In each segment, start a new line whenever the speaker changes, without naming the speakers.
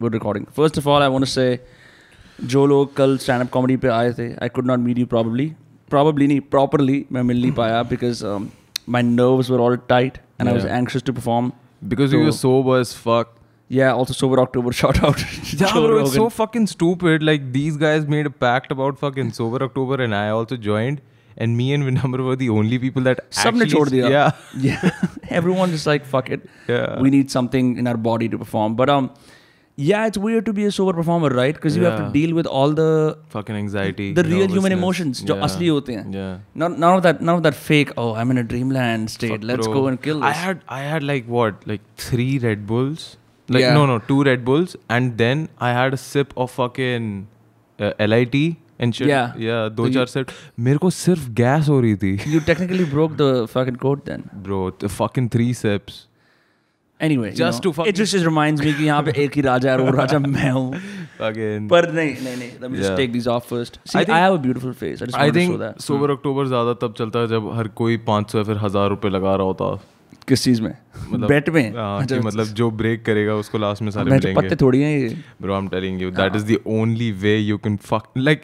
we're recording. First of all, I want to say जो लोग कल स्टैंड अप कॉमेडी पे आए थे I could not meet you probably probably नहीं प्रॉपरली मैं मिल नहीं पाया um, because my nerves were all tight and I was
Yeah.
Anxious to perform
Because you
So-
were sober as fuck.
Yeah also sober October short out
Yeah, bro, it's so fucking stupid. Like these guys made a pact about fucking sober October, and I also joined. And me and Vinamra were the only people that
सब ने
actually-
छोड़ दिया
Yeah,
yeah everyone just like fuck it
Yeah.
we need something in our body to perform but um yeah it's weird to be a sober performer right because you have to
Yeah.
deal with all the
fucking anxiety.
the real human
nervousness.
emotions जो
Yeah.
असली होते हैं
Yeah.
None, none of that none of that fake oh i'm in a dreamland state
Fuck,
let's
bro.
go and kill this
I had I had like what like three Red Bulls. Like
Yeah.
no no two Red Bulls, and then I had a sip of fucking uh, LIT and shit.
Yeah.
yeah,
So
दो
you-
चार sip. मेरे को सिर्फ gas हो रही थी.
you technically broke the fucking code then
Bro, the fucking three sips.
anyway you
Just
know,
to fucking-
it just, just reminds me कि यहाँ पे एक ही राजा है और वो राजा मैं हूँ
Again.
पर नहीं नहीं नहीं let me just
Yeah.
take these off first see I,
think-
have a beautiful face I just
I
wanted to show
think
that
sober October ज्यादा तब चलता है जब हर कोई 500 या फिर हजार रुपए लगा रहा होता
किस चीज में
मतलब-
बेट में
हाँ, कि
अच्छा,
मतलब जो ब्रेक करेगा उसको लास्ट में सारे
मैं तो पत्ते हाँ।
मिलेंगे
थोड़ी हैं ये
bro I am telling you that is the only way you can fuck like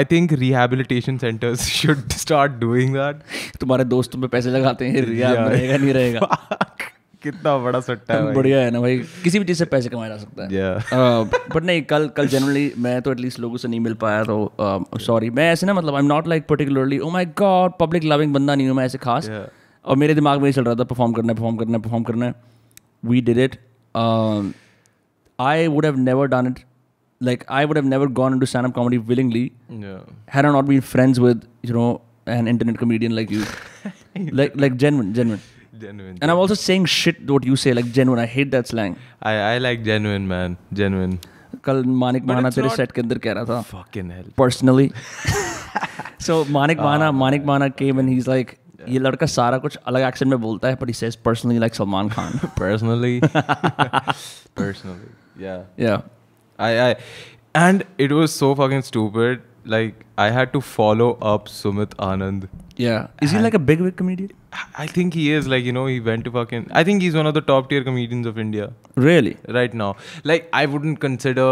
I think rehabilitation centres should start doing that
तुम्हारे दोस्तों पे पैसे लगाते हैं यार
Yeah.
रहेगा नहीं रहेगा
कितना बड़ा सट्टा है भाई
बढ़िया है ना भाई किसी भी चीज़ से पैसे कमाया जा सकता है
या
बट नहीं कल कल जनरली मैं तो एटलीस्ट लोगों से नहीं मिल पाया तो सॉरी मैं ऐसे ना मतलब I am not like particularly oh my god public loving बंदा नहीं हूँ मैं ऐसे खास
Yeah.
और मेरे दिमाग में ये चल रहा था परफॉर्म करना है परफॉर्म करना है परफॉर्म करना है we did it Um, I would have never done it like I would have never gone in to stand up comedy willingly had I not been friends with you know an internet comedian like you, like like genuine, genuine.
Genuine
And I'm also saying shit what you say like genuine. I hate that slang.
I I like genuine man genuine
कल मानिक माना
it's
तेरे
not-
set के अंदर कह रहा था
fucking hello
personally so Manik
Ah,
माना मानिक माना came and he is like ये लड़का सारा कुछ अलग एक्सेंट में बोलता है but he says personally like Salman Khan
personally personally yeah
yeah
I, I and it was so fucking stupid. Like I had to follow up Sumit Anand.
Yeah is he like a big big comedian
I- I think he is like you know he went to fucking. I think he's one of the top tier comedians of India
really
right now. Like I wouldn't consider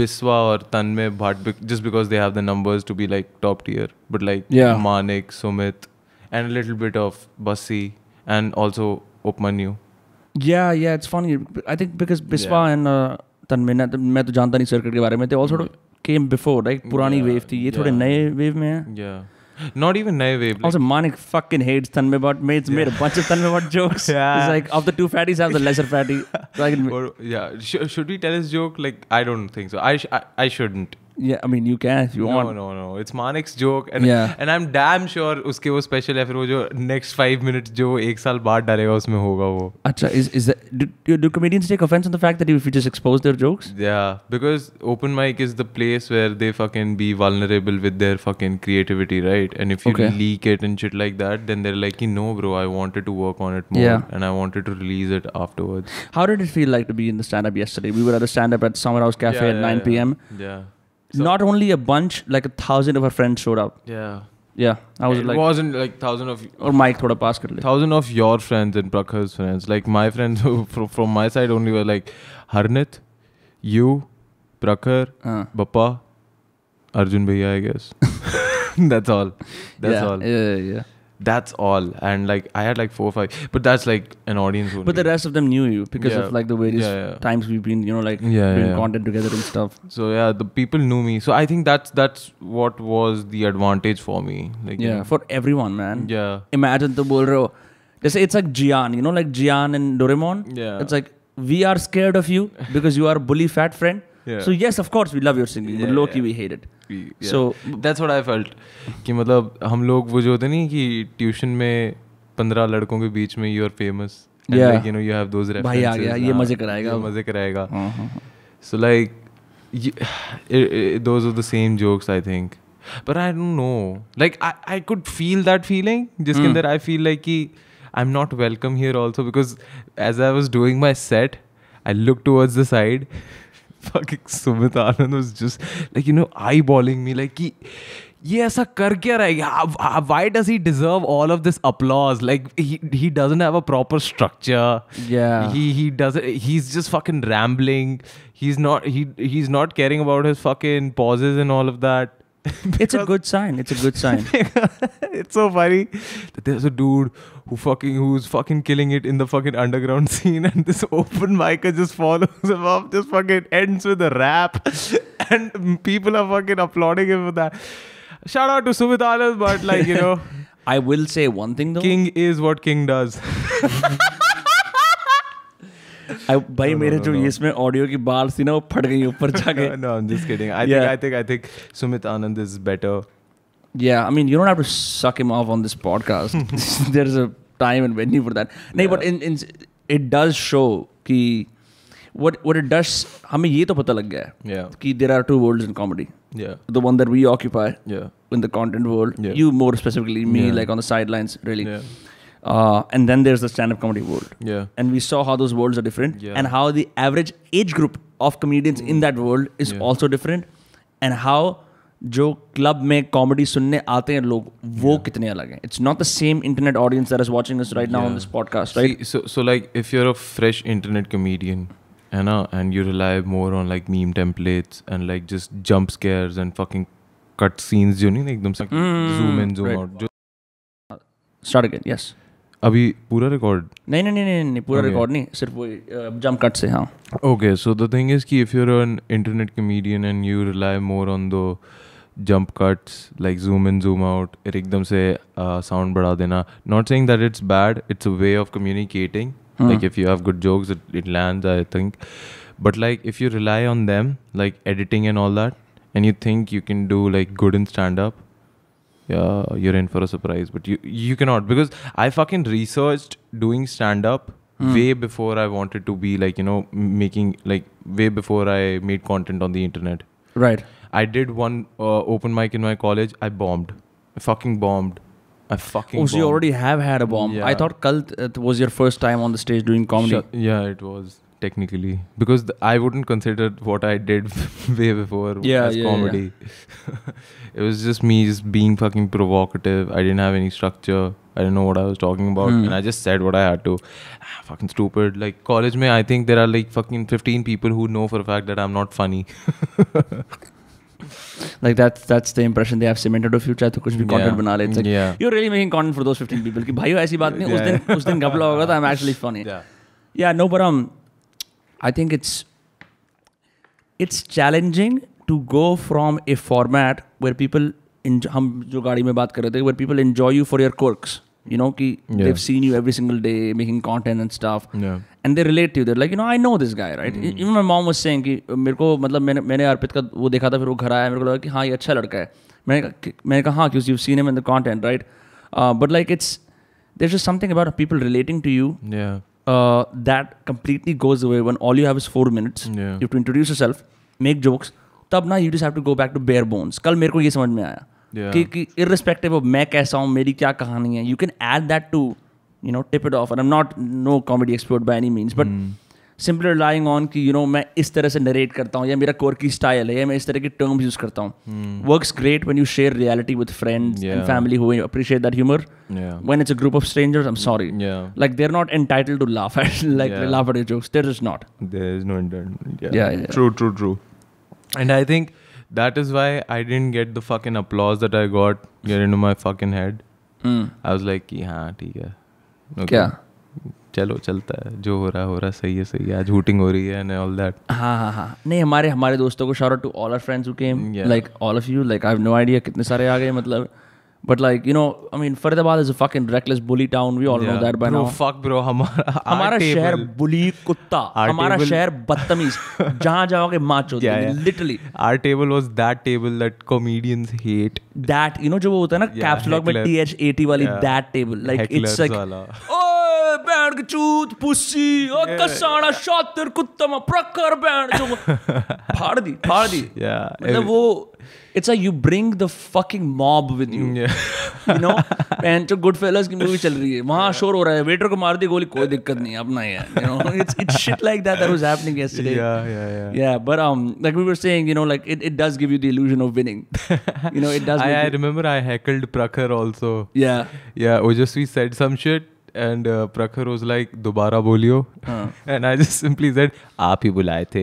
Biswa or Tanmay Bhatt be- just because they have the numbers to be like top tier, but like
Yeah.
Manik, Sumit, and a little bit of Basi and also Upmanyu.
Yeah, yeah, it's funny. I think because Biswa and uh, Tanmay, ना- मैं तो जानता नहीं circuit के बारे में थे all sort came before like पुरानी
Mm. Yeah,
वेव थी ये थोड़े
yeah.
नए वेव में हैं
Yeah, not even Nai Wave. like-
Also, Manik fucking hates Tanmay Bhatt. Mates made a bunch of Tanmay Bhatt jokes.
Yeah.
He's like, of the two fatties, I'm the lesser fatty. So I can,
Or- yeah, Sh- should we tell his joke? Like, I don't think so. I sh- I, I shouldn't.
yeah, I mean, you can if you
no,
want.
no, no. It's Manik's joke, and
Yeah.
and I'm damn sure उसके वो special है फिर वो जो next five minutes जो एक साल बाद डालेगा उसमें होगा वो.
Acha, is, is that, do, do do comedians take offense on the fact that if you just expose their jokes?
Yeah, because open mic is the place where they fucking be vulnerable with their fucking creativity, right? And if you
Okay.
leak it and shit like that, then they're like, no, bro, I wanted to work on it more,
Yeah.
and I wanted to release it afterwards.
How did it feel like to be in the stand up yesterday? We were at the stand up at Summer House Cafe
Yeah,
at
yeah,
9
yeah.
p.m.
Yeah,
Not only a bunch, like a thousand of our friends showed up.
yeah.
Yeah, I was
it
like,
wasn't like thousand of
और mic थोड़ा पास कर ले
thousand of your friends and Prakhar's friends. Like my friends who- from, from my side only were like Harnit, you, Prakhar,
हाँ
Bappa, Arjun Bhaiya, I guess. that's all. That's
yeah,
all.
Yeah, yeah.
That's all. And like I had like four or five, but that's like an audience only.
But the rest of them knew you because
Yeah.
of like the various
Yeah, yeah.
times we've been, you know, like
Yeah,
doing
yeah.
content together and stuff.
so yeah, the people knew me. So I think that's that's what was the advantage for me. Like you
Yeah,
know.
for everyone, man.
yeah,
Imagine the bol rahe ho. Just it's like Jian, you know, like Jian and Doraemon.
yeah.
It's like we are scared of you because you are a bully fat friend.
Yeah.
So yes, of course we love your singing, but
Yeah,
low key
yeah.
we hate it.
Yeah.
So
that's what I felt कि मतलब हम लोग वो जो होते नहीं कि tuition में पंद्रह लड़कों के बीच में you are famous
Yeah.
You know you have those
भाई आ गया, ये मजे कराएगा।
हाँ, मजे कराएगा
हाँ, हाँ, हाँ.
So like those are the same jokes I think but I don't know like I could feel that feeling जिसके अंदर आई फील लाइक कि I am not welcome here also because as I was doing my set I look towards the side fucking Sumit Anand was just like you know eyeballing me like he ये ऐसा कर क्या रहा है why does he deserve all of this applause like he doesn't have a proper structure
Yeah.
he he does it he's just fucking rambling he's not he he's not caring about his fucking pauses and all of that
It's a good sign. It's a good sign.
it's so funny that there's a dude who fucking who's fucking killing it in the fucking underground scene and this open micer just follows him up just fucking ends with a rap and people are fucking applauding him for that shout out to Sumit Anand but like you know
I will say one thing though.
king is what king does
I, भाई मेरे
no,
जो
no.
इसमें audio की बाल थी ना वो फट गई ऊपर जाके
no, no I'm just kidding I
Yeah.
think I think I think Sumit Anand is better
Yeah, I mean, you don't have to suck him off on this podcast. There's a time and venue for that. No, but in, in it does show कि what what it does. हमें ये तो पता लग गया है
yeah
कि there are two worlds in comedy.
yeah
The one that we occupy
yeah
in the content world,
Yeah.
you more specifically, me
Yeah.
like on the sidelines, really.
yeah
Uh, and then there's the stand-up comedy world.
yeah
And we saw how those worlds are different,
Yeah.
and how the average age group of comedians in that world is
Yeah.
also different, and how जो club में comedy सुनने आते हैं लोग वो कितने अलग हैं it's not the same internet audience that is watching us right now on
Yeah.
This podcast
See,
right
so so like if you're a fresh internet comedian and and you rely more on like meme templates and like just jump scares and fucking cut scenes जो नहीं ना एकदम से
Mm,
zoom in zoom
right.
out जो
start again yes
अभी पूरा record
नहीं नहीं नहीं नहीं नहीं पूरा
Okay.
रिकॉर्ड नहीं सिर्फ वो जंप कट से हाँ
Okay, so the thing is, ki if you're an internet comedian and you rely more on the jump cuts, like zoom in, zoom out, फिर एकदम से uh, sound बढ़ा देना. Not saying that it's bad. It's a way of communicating. Like if you have good jokes, it, it lands. I think. But like if you rely on them, like editing and all that, and you think you can do like good in stand up, yeah, you're in for a surprise. But you you cannot because I fucking researched doing stand up
Hmm.
way before I wanted to be like you know m- making like way before I made content on the internet.
Right
I did one uh, open mic in my college. I bombed. I fucking bombed. I fucking.
Oh, so you
bombed.
already have had a bomb. I
Yeah.
thought Kalt uh, was your first time on the stage doing comedy.
Sure. Yeah, it was technically because th- I wouldn't consider what I did way before
Yeah,
as
yeah,
comedy. it was just me just being fucking provocative. I didn't have any structure. I didn't know what I was talking about,
Hmm.
and I just said what I had to. Ah, fucking stupid. Like college, mein, I think there are like fucking fifteen people who know for a fact that I'm not funny.
Like that's that's the impression they have cemented of you. चाहे तो कुछ भी content
Yeah.
बना ले. It's like
Yeah.
you're really making content for those 15 people. कि भाइयों ऐसी बात नहीं उस
Yeah.
दिन उस दिन घपला होगा तो I'm actually funny.
Yeah.
Yeah, no, but um, I think it's it's challenging to go from a format where people enjoy, हम जो गाड़ी में बात कर रहे थे where people enjoy you for your quirks. You know कि
Yeah.
they've seen you every single day making content and stuff.
Yeah.
And they relate to there like you know I know this guy right even my mom was saying कि मेरे को मतलब मैंने मैंने अर्पित का वो देखा था फिर वो घर आया मेरे को लगा कि हाँ ये अच्छा लड़का है मैंने कहा कि- मैंने कहा हाँ क्योंकि you seen him in the content right but like it's there just something about people relating to you
Yeah.
uh, that completely goes away one all you have is four minutes
Yeah.
You to introduce yourself make jokes तब ना you just have to go back to bare bones कल मेरे को ये समझ में आया
Yeah.
कि कि इररिस्पेक्टिव ऑफ मैं कैसा हूँ मेरी क्या कहानी है you can add that to you know tip it off I am not no comedy expert by any means but
Hmm.
Simply relying on कि यू नो मैं इस तरह से नरेट करता हूँ या मेरा कोर्की स्टाइल है या मैं इस तरह के टर्म्स यूज करता हूँ works great when you share reality with friends and
Hmm. Yeah.
Family who appreciate that humor
Yeah.
when it's a group of strangers i'm sorry
Yeah.
like they're not entitled to laugh at like
Yeah.
laugh at your jokes they're just not
There is no intent. Yeah.
Yeah, yeah.
True, true, true. And I think that is why I didn't get the fucking applause that I got get into my fucking head.
mm.
I was like, कि हाँ ठीक है Okay.
क्या
चलो चलता है जो हो रहा है, हो रहा है, सही है सही है आज हूटिंग हो रही है एंड ऑल दैट
हाँ हाँ हाँ नहीं हमारे हमारे दोस्तों को shout to all our friends who came
Yeah.
Like all of you like I have no idea कितने सारे आ गए मतलब but like you know I mean Faridabad is a fucking reckless bully town we all know that by now
fuck bro हमारा our
हमारा
table-
शहर बुली कुत्ता
Our
हमारा
table-
शहर बदतमीज जहाँ जाओगे माँ चोदी
Yeah, yeah.
Literally
our table was that table that comedians hate
that you know जो वो होता है ना
Yeah,
कैप्स लॉक में
heckler.
T H A T वाली
Yeah.
That table like it's
Hecklers
like
वाला.
ओए बैंड की चूत पुसी ओ कसाना शातिर कुत्तम प्रकर बैंड जो वो- फाड़ दी फाड़ दी
Yeah,
मतलब
every-
वो it's like you bring the fucking mob with you you know and जो good fellas की movie चल रही है वहाँ शोर हो रहा है waiter को मार दी गोली कोई दिक्कत नहीं है, अपना ही है you know it's it's shit like that that was happening yesterday
Yeah, yeah, yeah.
yeah but um like we were saying you know like it, it does give you the illusion of winning you know it does
I,
make
I
you-
remember I heckled Prakhar also.
yeah
Yeah, Ojaswi said some shit and uh, Prakhar was like, Dobara bolio. And I just simply said, Aap hi bulaye the.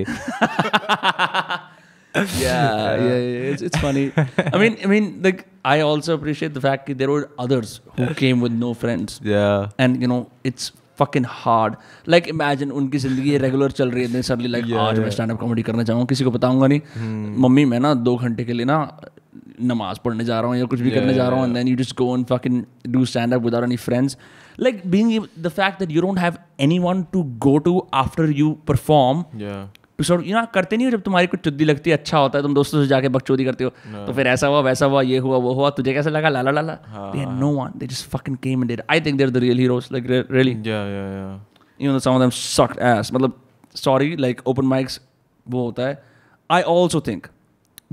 yeah, yeah, yeah. It's, it's funny. I mean, I mean, like I also appreciate the fact that there were others who came with no friends,
Yeah.
and you know, it's fucking hard. Like imagine उनकी जिंदगी regular चल रही है then suddenly like
Yeah,
आज मैं
yeah. Hmm.
Stand up comedy करना चाहूँ किसी को बताऊंगा नहीं मम्मी मैं ना दो घंटे के लिए ना नमाज पढ़ने जा रहा हूँ या कुछ भी
Yeah,
करने जा
yeah,
रहा हूँ and then you just go and fucking do stand up without any friends like being the fact that you don't have anyone to go to after you perform
Yeah.
To sort you ना करते नहीं हो जब तुम्हारी कुछ चुद्दी लगती है अच्छा होता है तुम दोस्तों से जाके बकचोदी करते हो तो फिर ऐसा हुआ वैसा हुआ ये हुआ वो हुआ तुझे कैसा लगा लाला लाला
हाँ,
they had no one they just fucking came and did I think they are the real heroes like really
Yeah, yeah, yeah.
You know some of them sucked ass मतलब सॉरी लाइक ओपन माइक्स वो होता है I also think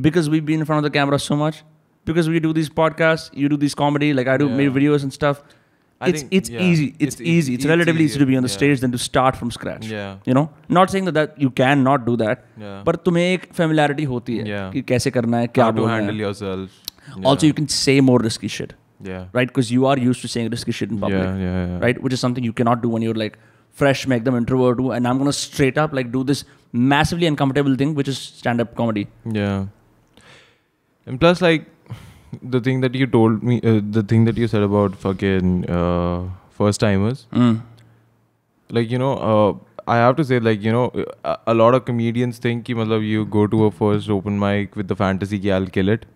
because we be in front of the camera so much because we do this podcast you do this comedy like I do
Yeah.
मेरी videos and stuff
I
It's
think-
it's
yeah,
easy. It's,
it's eas-
easy. It's
it's
relatively easy to
easier,
be on the
yeah.
stage than to start from scratch.
Yeah.
You know, not saying that that you can not do that,
Yeah.
पर तुम्हें एक familiarity होती है
Yeah.
कि कैसे करना है क्या
How to
बोलना
handle
है
yourself.
Also you can say more risky shit
Yeah.
Right because you are use to saying risky shit in
Yeah,
public
yeah, yeah.
Right which is something you can not do when you are like fresh मैं एकदम introvert हूं and I am gonna straight up like do this massively uncomfortable thing which is stand up comedy
Yeah. And plus, like, the thing that you told me, uh, the thing that you said about fucking uh, first timers, like, you know, uh, I have to say, like, you know, a, a lot of comedians think, ki, matlab, you go to a first open mic with the fantasy, ki, I'll kill it.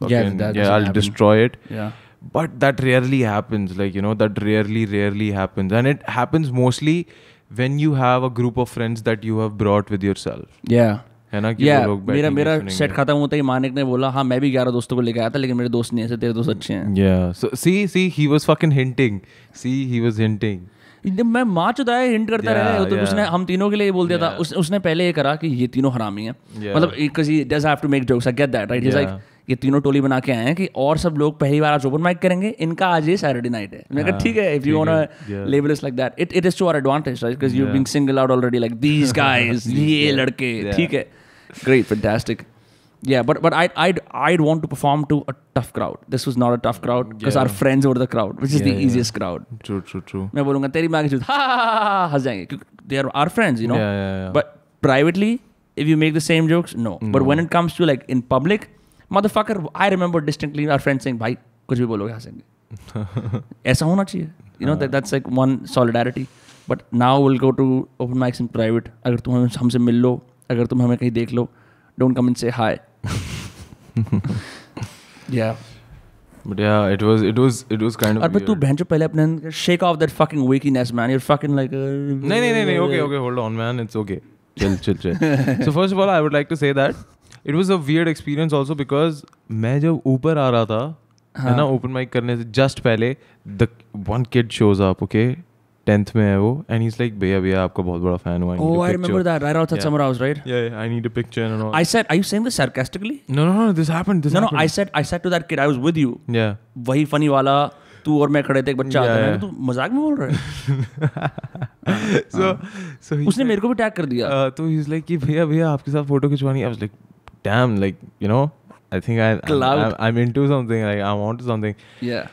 Yeah,
Fucking-
that
yeah,
doesn't
I'll
happen.
destroy it.
Yeah
But that rarely happens. Like, you know, that rarely, rarely happens. And it happens mostly when you have a group of friends that you have brought with yourself.
या
है ना कि
या
वो लोग
मेरा
बैठेंगे,
मेरा
सुनेंगे।
सेट खत्म होते ही मानिक ने बोला हाँ मैं भी ग्यारह दोस्तों को लेके आया था लेकिन मेरे दोस्त नहीं ऐसे तेरे दोस्त अच्छे हैं
Yeah. So see, see, he was fucking hinting. See, he was hinting.
जब मैं माँ चुदाया हिंट करता
Yeah,
रहा तो
yeah.
उसने हम तीनों के लिए ये बोल दिया था उस, उसने पहले ये करा कि ये तीनों हरामी हैं
Yeah.
मतलब because he does have to make jokes I get that right
Yeah.
Like ये तीनों टोली बना के आए हैं कि और सब लोग पहली बार आज ओपन माइक करेंगे इनका आज ये सैटरडे नाइट है मैंने कहा
हाँ,
ठीक है इफ यू
ठीक
वांट
है, yeah.
Label is like that it it is to our advantage right because you
Yeah.
Being single out already like these guys ये
Yeah.
लड़के
Yeah.
ठीक है great fantastic Yeah, but but I I'd I'd want to perform to a tough crowd. This was not a tough crowd because
Yeah.
our friends were the crowd, which is
Yeah,
the
yeah.
easiest crowd.
True, true, true.
मैं बोलूंगा तेरी माँ की हाँ, चूत "हा, हा, हा, हा," हंस जाएंगे क्योंकि they are are friends you know
Yeah, yeah, yeah.
But privately if you make the same jokes no but when it comes to like in public motherfucker I remember distinctly our friend saying भाई कुछ भी बोलोगे हंसेंगे ऐसा होना चाहिए you know
हाँ।
That's like one solidarity but now will go to open mics in private अगर तुम हमें- हमसे मिल लो अगर तुम हमें कहीं देख लो डोंट कम इन से हाय yeah
But yeah, it was, it was, it was kind of.
और भाई तू
weird.
बहन जो पहले अपने shake off that fucking weakness man you fucking like
No, no, no, no. Okay, okay. Hold on, man. It's okay. Chill, chill, chill. so first of all, I would like to say that it was a weird experience also because मैं जब ऊपर आ रहा था
हाँ.
है ना open mic करने से जस्ट पहले the one kid shows up okay tenth में है वो एंड ही इज लाइक भैया भैया आपका बहुत बड़ा फैन हुआ
Oh, I remember that. Right outside
Yeah. Oh.
Summer House, right?
या I need a picture and all
I said, are you saying this sarcastically?
No no no this happened this
No, no. I said, I said to that kid, I was with you.
या
वही funny वाला तू और मैं खड़े थे एक बच्चा आता है
Yeah,
मैंने
yeah.
कहा, तू मजाक में बोल रहा है
so so he
उसने मेरे को भी टैग कर दिया
uh, तो he's like कि भैया भैया आपके साथ फोटो खिंचवानी है." I was like damn like you know I think I I'm,
Clout.
I'm, I'm into something like I'm onto something
Yeah.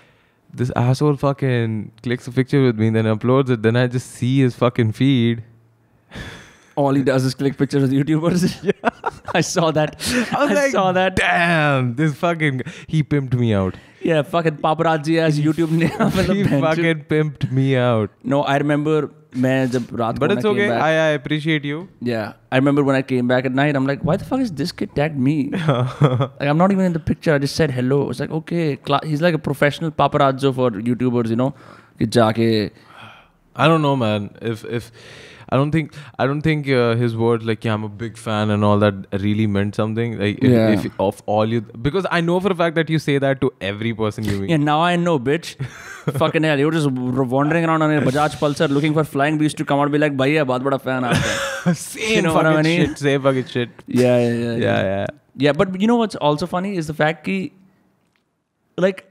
this asshole fucking clicks a picture with me then uploads it then I just see his fucking feed
All he does is click pictures of YouTubers. I saw that. I,
was like,
saw that.
damn this fucking g- he pimped me out
Yeah, fucking paparazzi as YouTube ने
he
मतलब
fucking pimped me out
No, I remember मैं जब रात
but
को
it's
when I
okay
came back,
I, I appreciate you
Yeah, I remember when I came back at night, I'm like, why the fuck is this kid tagged me? like, I'm not even in the picture. I just said hello. It's like, okay, cla- he's like a professional paparazzo for YouTubers, you know? कि जाके
I don't know, man. If if I don't think I don't think uh, his words like yeah, I'm a big fan and all that really meant something. Like if,
Yeah.
if of all you because I know for a fact that you say that to every person you meet.
Yeah, now I know, bitch. Fucking hell, you were just wandering around on a Bajaj Pulsar looking for flying beasts to come out and be like, bhaiya, bahut bada fan aapka.
same
You know what I
fucking
mean?
shit. Same fucking shit.
Yeah, yeah, yeah.
Yeah, yeah.
Yeah, but you know what's also funny is the fact that, like,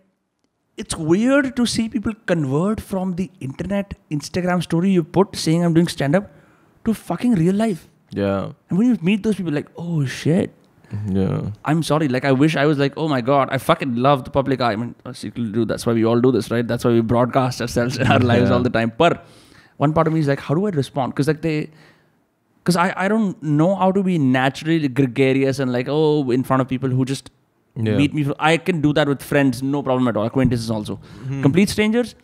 it's weird to see people convert from the internet Instagram story you put saying I'm doing stand up to fucking real life.
Yeah.
And when you meet those people, like, oh shit,
Yeah.
I'm sorry. Like, I wish I was like, oh my god, I fucking love the public eye. I mean, us equal to do. That's why we all do this, right? That's why we broadcast ourselves in our lives
Yeah.
all the time. But one part of me is like, how do I respond? Because like they, because I I don't know how to be naturally gregarious and like oh in front of people who just
Yeah.
meet me. I can do that with friends, no problem at all. Acquaintances also, complete strangers,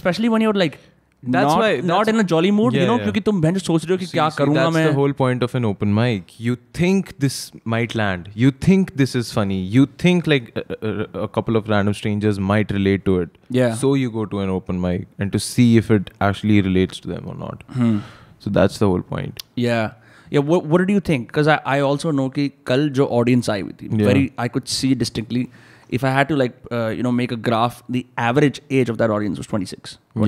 especially when you're like.
Hmm. That's
not,
why-
not
that's-
in a jolly mood
Yeah,
you know
yeah.
क्योंकि तुम बहन जो सोच रहे हो कि
See,
क्या
see,
करूंगा
that's
मैं
the whole point of an open mic. You think this might land. You think this is funny. You think like a, a- a couple of random strangers might relate to it.
Yeah.
So you go to an open mic and to see if it actually relates to them or not.
Hmm.
So that's the whole point.
Yeah. Yeah. What What did you think? Because I, I also know कि कल जो audience आई हुई थी
Yeah.
very I could see distinctly. If I had to like uh, you know make a graph, the average age of that audience was 26, 20,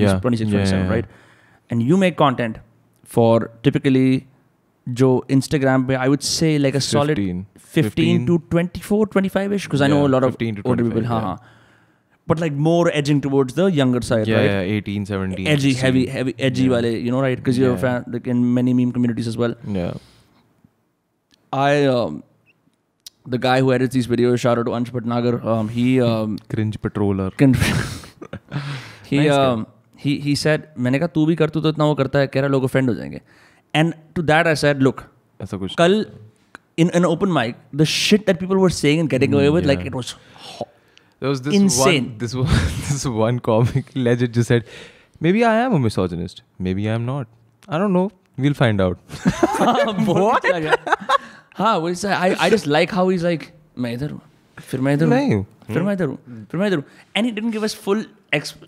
Yeah.
26,
Yeah,
27,
yeah, yeah.
right? And you make content for typically जो Instagram पे I would say like a solid
15.
15 to 24, 25 ish because I know
Yeah,
a lot of
15 to
older
25,
people. हाँ,
yeah.
हाँ. But like more edging towards the younger side,
Yeah,
right?
yeah, 18, 17.
Edgy, heavy,
16.
heavy, edgy
Yeah.
wale, you know, right? Because you're a
Yeah.
fan, like in many meme communities as well.
Yeah.
I um, the guy who edits these videos, shout out to Ansh Bhatnagar. Um, he um,
Cringe patroller.
can, he
Nice guy.
um, he he said, मैंने कहा तू भी कर तू तो इतना वो करता है कह रहा है, लोग offend हो जाएंगे. And to that I said, look,
ऐसा कुछ
कल in an open mic, the shit that people were saying and getting away with, like
Hmm, yeah.
it was. ho-
There was this
Insane.
one, this one, this one comic legend just said, "Maybe I am a misogynist. Maybe I am not. I don't know. We'll find out."
what? हाँ वो इस I I just like how he's like मैं इधर हूँ फिर मैं इधर हूँ
नहीं
फिर मैं इधर हूँ फिर मैं इधर हूँ and he didn't give us full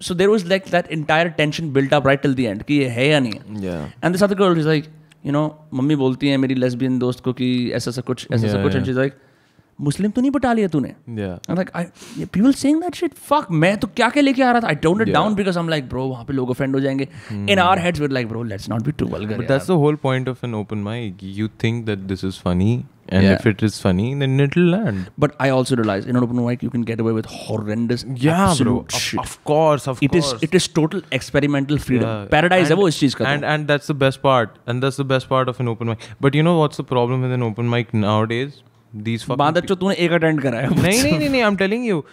so there was like that entire tension built up right till the end कि ये है या नहीं है
Yeah.
And this other girl is like you know mummy बोलती है मेरी लेस्बियन दोस्त को कि ऐसा ऐसा कुछ ऐसा ऐसा
Yeah,
कुछ एंड
yeah.
शीज लाइक मुस्लिम तो नहीं पटा लिया तूने
Yeah.
I'm like, I, yeah, people saying that shit. Fuck, मैं तो क्या क्या लेके आ रहा था. I toned it
Yeah. Hmm.
down because I'm like, bro, वहाँ पे लोग offend हो जाएंगे. In our heads, we're like, bro, let's not be too vulgar.
But
यार."
that's the whole point of an open mic. You think that this is funny, and
Yeah.
if it is funny, then it'll land.
But I also realize in an open mic you can get away with horrendous absolute shit.
Of, course, of
It
course.
is it is total experimental freedom.
Yeah.
Paradise है
And-
वो इस चीज का तो।
and and that's the best part and that's the best part of an open mic but you know what's the problem with an open mic nowadays these
तो
fucking
चो तूने एक अटेंड करा है
नहीं नहीं नहीं नहीं I am telling you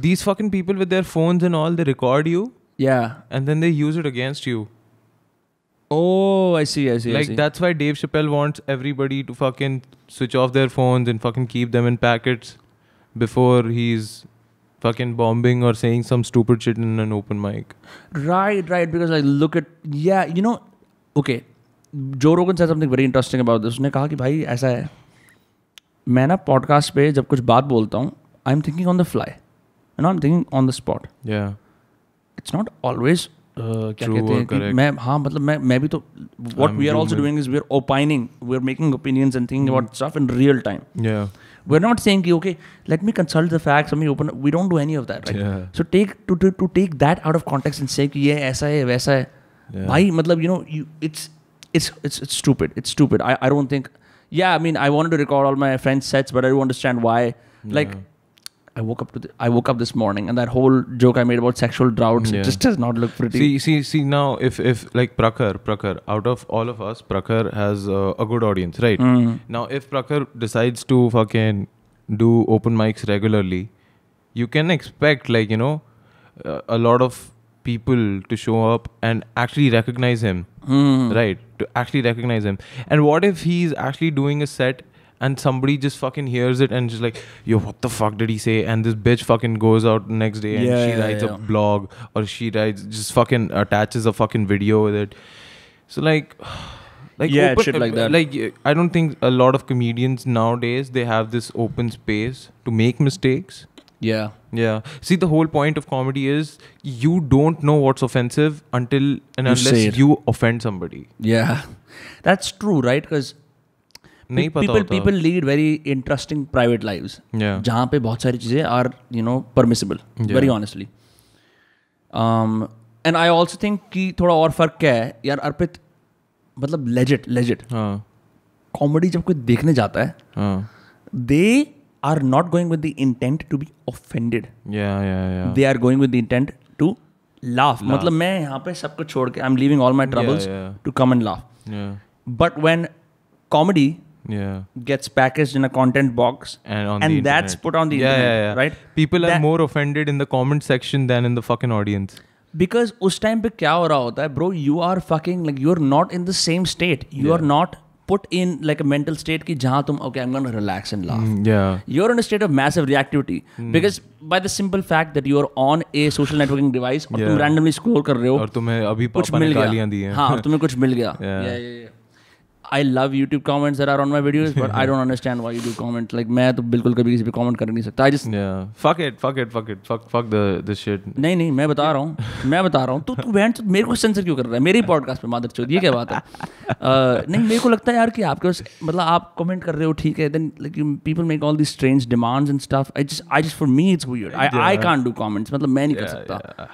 these fucking people with their phones and all they record you
yeah
and then they use it against you Oh,
oh I see I see
Like that's why Dave Chappelle wants everybody to fucking switch off their phones and fucking keep them in packets before he's fucking bombing or saying some stupid shit in an open mic.
Right, right. Because I look at yeah, you know, okay. Joe Rogan said something very interesting about this. उसने कहा कि भाई ऐसा है मैं ना podcast पे जब कुछ बात बोलता हूँ I am thinking on the fly no I am thinking on the spot
Yeah.
It's not always क्या
True
कहते
or
हैं कि
correct.
मैं हाँ मतलब मैं मैं भी तो what
I'm
we are also
human. Hmm.
Doing is we are opining we are making opinions and thinking about stuff in real time
Yeah.
we're not saying कि, okay let me consult the facts let me open we don't do any of that right
Yeah.
so take to, to to take that out of context and say कि ये ऐसा है वैसा है
Yeah.
भाई मतलब you know you it's it's it's it's stupid it's stupid I I don't think yeah I mean I wanted to record all my friends sets but I don't understand why like I woke up to the, I woke up this morning and that whole joke I made about sexual droughts it
Yeah.
just does not look pretty
See, see, see. Now, if if like Prakar, Prakar, out of all of us, Prakar has uh, a good audience, right?
Mm.
Now, if Prakar decides to fucking do open mics regularly, you can expect, like, you know, uh, a lot of people to show up and actually recognize him,
Hmm.
right? To actually recognize him. And what if he's actually doing a set and somebody just fucking hears it and just like, yo, what the fuck did he say? And this bitch fucking goes out next day and
Yeah,
she
yeah,
writes
yeah.
a blog or she writes, just fucking attaches a fucking video with it. So, like, like
Yeah,
open,
shit like that.
Like uh, I don't think a lot of comedians nowadays they have this open space to make mistakes.
yeah
Yeah. See, the whole point of comedy is you don't know what's offensive until and
say
unless
it.
you offend somebody.
yeah that's true right because
नहीं पता
people
होता।
people lead very interesting private lives
Yeah.
जहाँ पे बहुत सारी चीज़ें are you know permissible
Yeah.
Very honestly Um, and I also think कि थोड़ा और फर्क क्या है यार अर्पित मतलब लेजिट लेजिट
हाँ
कॉमेडी जब कोई देखने जाता है
हाँ
दे are not going with the intent to be offended
yeah, yeah, yeah.
they are going with the intent to laugh मतलब मैं यहाँ पे सबको छोड़ के I am living all my troubles
yeah.
To come and laugh
yeah,
but when comedy
yeah.
gets packaged in a content box
And on the
and that's
internet.
put on the
yeah,
internet
yeah, yeah.
right
People are
That-
more offended in the comment section than in the fucking audience.
Because उस time पे क्या हो रहा होता है bro you are fucking like you are not in the same state you are not put in like a mental state की जहाँ तुम okay I am gonna relax and
Hmm.
Laugh
Yeah.
you're in a state of massive reactivity
Hmm.
because by the simple fact that you're on a social networking device और तुम
Yeah.
randomly scroll कर रहे हो
और तुम्हें अभी
Oh. कुछ
पापा ने
मिल
गालियां दी
गया
हैं।
हाँ और तुम्हें कुछ मिल गया
Yeah.
Yeah, yeah, yeah. I love YouTube comments that are on my videos, but I don't understand why you do comment. Like मैं तो बिल्कुल कभी किसी पे comment कर नहीं सकता. I just
Yeah. Fuck it. Fuck it. Fuck it. Fuck. Fuck the the shit.
नहीं नहीं मैं बता रहा हूँ मैं बता रहा हूँ तो तू बहन चोद मेरे को सेंसर क्यों कर रहा है मेरे पॉडकास्ट पे मादर चोद ये क्या बात है अह, नहीं मेरे को लगता है यार कि आपके पास मतलब आप कमेंट कर रहे हो ठीक है then like people make all this strange demands and stuff I just I just for me it's weird I I can't do comments मतलब मैं नहीं कर सकता